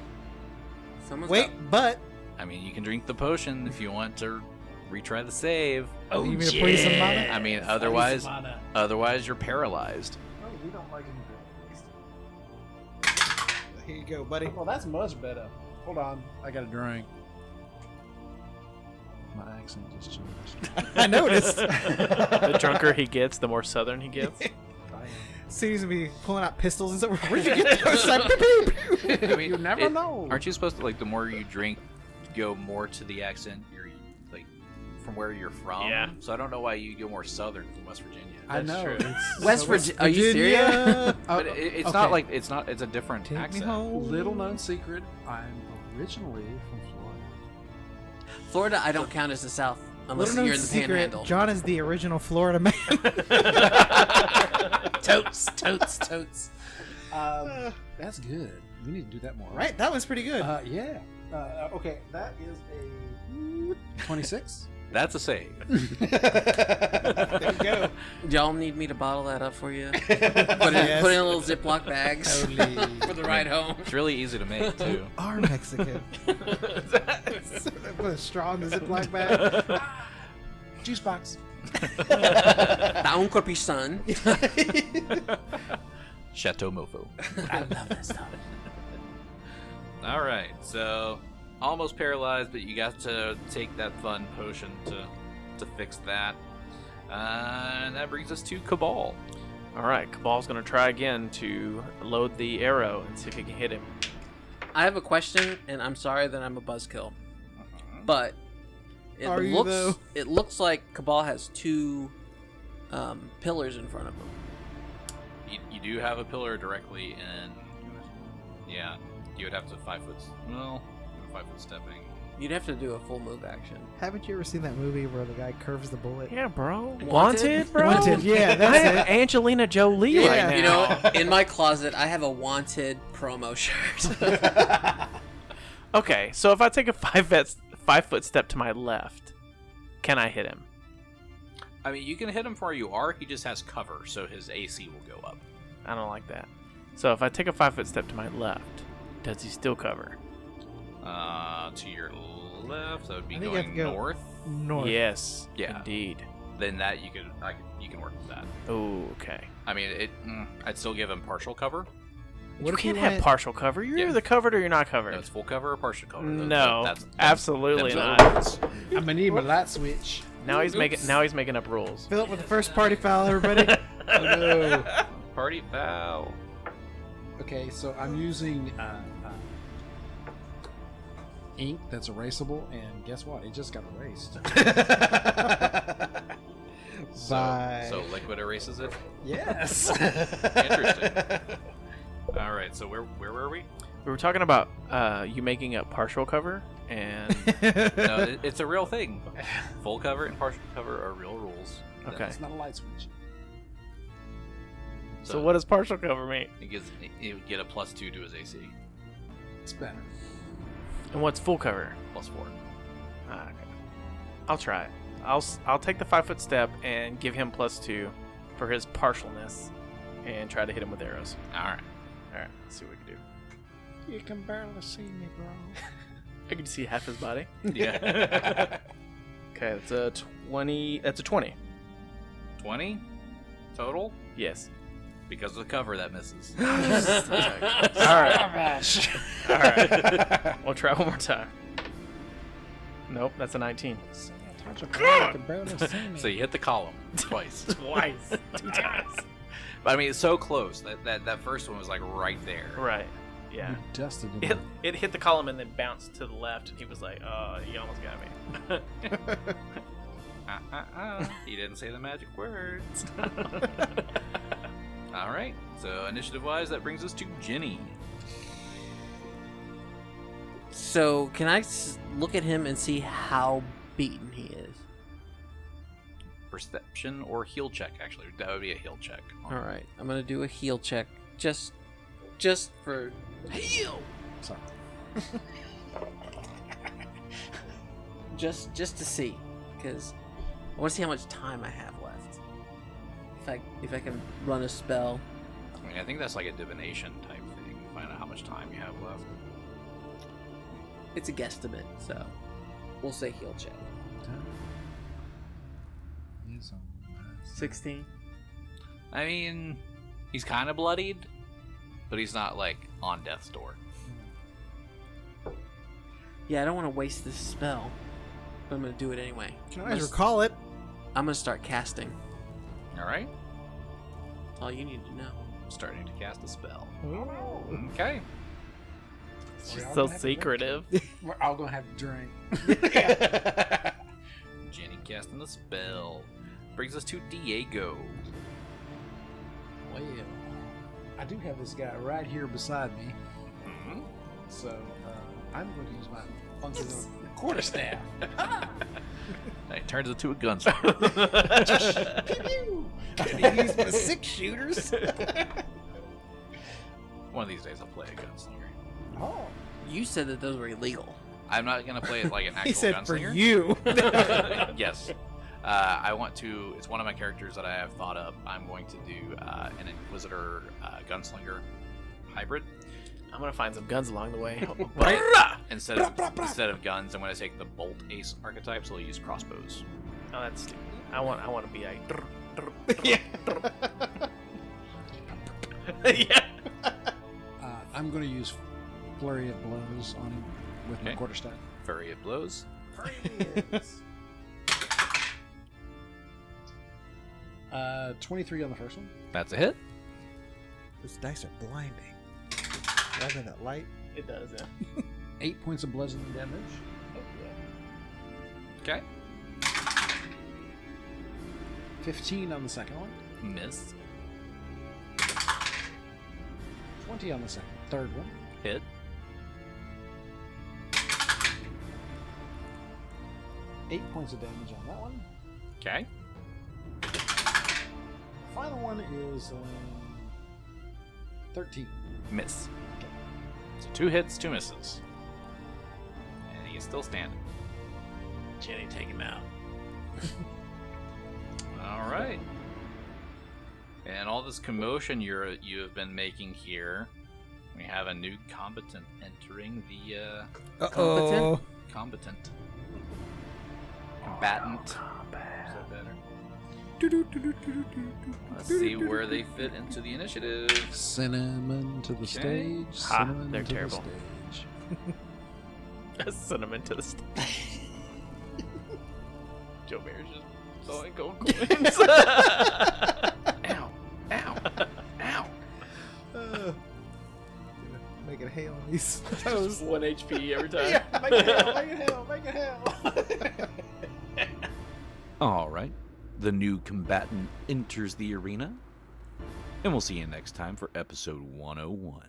Someone's
Wait, but.
I mean, you can drink the potion if you want to retry the save.
Oh, you mean to pour you some mana?
I mean, otherwise,
Mana.
otherwise you're paralyzed.
No, we don't like any
Here you go, buddy.
Well, that's much better.
Hold on. I got a drink. My accent just [LAUGHS] changed.
[LAUGHS] I noticed.
[LAUGHS] the drunker he gets, the more southern he [LAUGHS] gets.
Sue's gonna be pulling out pistols and stuff. Where'd you get those? Like, pew, pew, pew.
I mean,
you never
it-
know.
Aren't you supposed to like the more you drink, go more to the accent you're like from where you're from?
Yeah.
So I don't know why you go more southern from West Virginia.
I
That's
know.
true.
[LAUGHS]
It's,
West
so it's-
Virginia. Are you serious?
but
Oh,
it, it's
okay.
not like it's not. It's a different
uh, Take
accent.
me home.
Little known secret, I'm originally from Florida.
Florida, I don't count as the South unless
Little known
you're in the
secret,
Panhandle.
John is the original Florida [LAUGHS] man.
totes, [LAUGHS] totes, totes. Um, that's good. We need to do that more.
right, that was pretty good.
[LAUGHS] Uh, yeah.
Uh, okay, that is a.
26?
That's a save.
there you go.
Y'all need me to bottle that up for
[LAUGHS]
you? Put it,
Yes.
put it in little Ziploc bags for the ride home.
It's really easy to make
[LAUGHS]
too.
Are Mexican. [LAUGHS] Put a straw in the Ziploc bag.
[LAUGHS] Juice box.
Da un
[LAUGHS]
corpichon.
Chateau Mofo.
I love that stuff.
All right, so almost paralyzed, but you got to take that fun potion to to fix that. Uh, and that brings us to Cabal.
All right, Cabal's gonna try again to load the arrow and see if he can hit him.
I have a question, and I'm sorry that I'm a buzzkill, but it
Uh-huh. Are you,
looks
though?
it looks like Cabal has two um, pillars in front of him.
You, you do have a pillar directly in. Yeah, you would have to five foot. Well, five foot stepping.
You'd have to do a full move action.
Haven't you ever seen that movie where the guy curves the bullet?
Yeah, bro.
Wanted?
Wanted, bro.
Wanted, yeah,
I
that's
have
it.
Angelina Jolie
Yeah,
right now.
You know,
[LAUGHS]
in my closet, I have a wanted promo shirt.
[LAUGHS]
[LAUGHS]
Okay, so if I take a five vet, five foot step to my left, can I hit him?
I mean, you can hit him from where you are. He just has cover, so his AC will go up.
I don't like that. So if I take a five foot step to my left, does he still cover?
Uh, to your left, that would be
I think you have
going
to go-
north.
North.
Yes.
Yeah.
Indeed.
Then that you could, I could, you can work with that.
Oh, okay.
I mean, it. Mm, I'd still give him partial cover.
What
you
if you
can't have
went-
partial cover. You're
Yeah.
either covered or you're not covered.
No, it's full cover or partial cover. Those-
no,
that's, them's
absolutely
the
not.
rules.
I'm gonna need my light switch.
Now he's making now he's making up rules.
Fill it with the first party foul, everybody.
[LAUGHS]
Oh no.
Party foul.
Okay, so I'm using uh, uh, ink that's erasable, and guess what? It just got
[LAUGHS]
erased.
So,
Bye.
so liquid erases it.
[LAUGHS]
yes.
Interesting. All right,
right, so where where were we?
We were talking about uh, you making a partial cover,
[LAUGHS]
and
No, it, it's a real thing. Full cover and partial cover are real rules.
okay.
It's not a light switch.
So what does partial cover mean?
He gets he would get a plus two to his AC,
It's better.
And what's full cover?
plus four.
Ah, okay. I'll try. it. I'll s- I'll take the five foot step and give him plus two for his partialness, and try to hit him with arrows.
[LAUGHS]
All right.
All right, let's see what we can do.
You can barely see me, bro.
I can see half his body.
Yeah.
Okay, that's a twenty. That's a twenty.
Twenty total
Yes.
because of the cover that
[LAUGHS]
misses.
[LAUGHS] All right. All right. [LAUGHS] We'll try one more time. Nope, that's a nineteen.
You can barely see
[LAUGHS]
me.
so you hit the column twice.
Twice, [LAUGHS] two times.
but I mean, it's so close that that, that first one was like right there.
Right. Yeah.
You dusted him.
It, it hit the column and then bounced to the left, and he was like, "Oh, you almost got me."
[LAUGHS]
Uh, uh, uh. he didn't say the magic words. All right. So initiative wise, that brings us to Jenny.
So, can I s- look at him and see how beaten he is?
Perception or heal check? Actually, that would be a heal check.
All right, I'm gonna do a heal check just, just for heal.
Sorry.
Just, just to see, because I want to see how much time I have left. If I, if I can run a spell.
I mean, I think that's like a divination type thing. Find out how much time you have left.
It's a guesstimate, so we'll say heal check.
Yes, I'm-
Sixteen.
I mean, he's kind of bloodied, but he's not like on death's door.
Yeah, I don't want to waste this spell, but I'm gonna do it anyway.
Can I recall it?
I'm gonna start casting.
All right,
That's all you need to know.
starting to cast a spell. Okay.
We're all
so
gonna have to drink.
secretive. [LAUGHS]
We're all gonna have to drink.
Jenny casting the spell brings us to Diego.
[LAUGHS] Well, I do have this guy right here beside me,
Mm-hmm.
Mhm.
so uh, I'm going to use my funky little
[LAUGHS]
quarterstaff.
And It turns into
[LAUGHS]
a gunslinger.
Gonna use
[LAUGHS]
my six shooters.
One of these days, I'll play a gunslinger.
Oh,
You said that those were illegal.
I'm not gonna play [LAUGHS] it like an actual
He said for
gunslinger.
you.
[LAUGHS] yes. Uh, I want to. It's one of my characters that I have thought up. I'm going to do uh, an Inquisitor uh, Gunslinger hybrid.
I'm gonna find some guns along the
[LAUGHS]
way.
But instead of
Brah, brah, brah.
instead of guns, I'm going to take the bolt ace archetype, so I'll use crossbows.
Oh, that's stupid. I want. I want to be a. [LAUGHS] yeah.
Uh, I'm going to use flurry of blows on him with my
Okay.
quarterstaff.
Flurry of blows.
[LAUGHS] Uh, 23 on the first one.
That's a hit.
Those dice are blinding. Rather that light.
It does. Yeah.
Eight points of bludgeoning damage.
Okay.
15 on the second one.
Miss.
20 on the second, third one.
Hit.
Eight points of damage on that one.
Okay.
Final one is um, 13.
Miss. So two hits, two misses. And he is still standing.
Jenny, take him out.
All right. And all this commotion you're you have been making here, we have a new combatant entering the uh,
Uh-oh.
combatant. Combatant. Is that better? Let's see where they fit into the initiative.
Cinnamon to the
Okay.
stage.
Ha,
Cinnamon
they're
to
terrible.
the stage.
Cinnamon to [LAUGHS] the st- Joe Bear's just
So I go.
ow, ow, ow.
Uh, make it hail on these toes.
One HP every time. [LAUGHS]
make it hell! Make it hell! Make it hell!
All right. The new combatant
oh
enters the arena. And we'll see you next time for episode 101.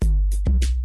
time.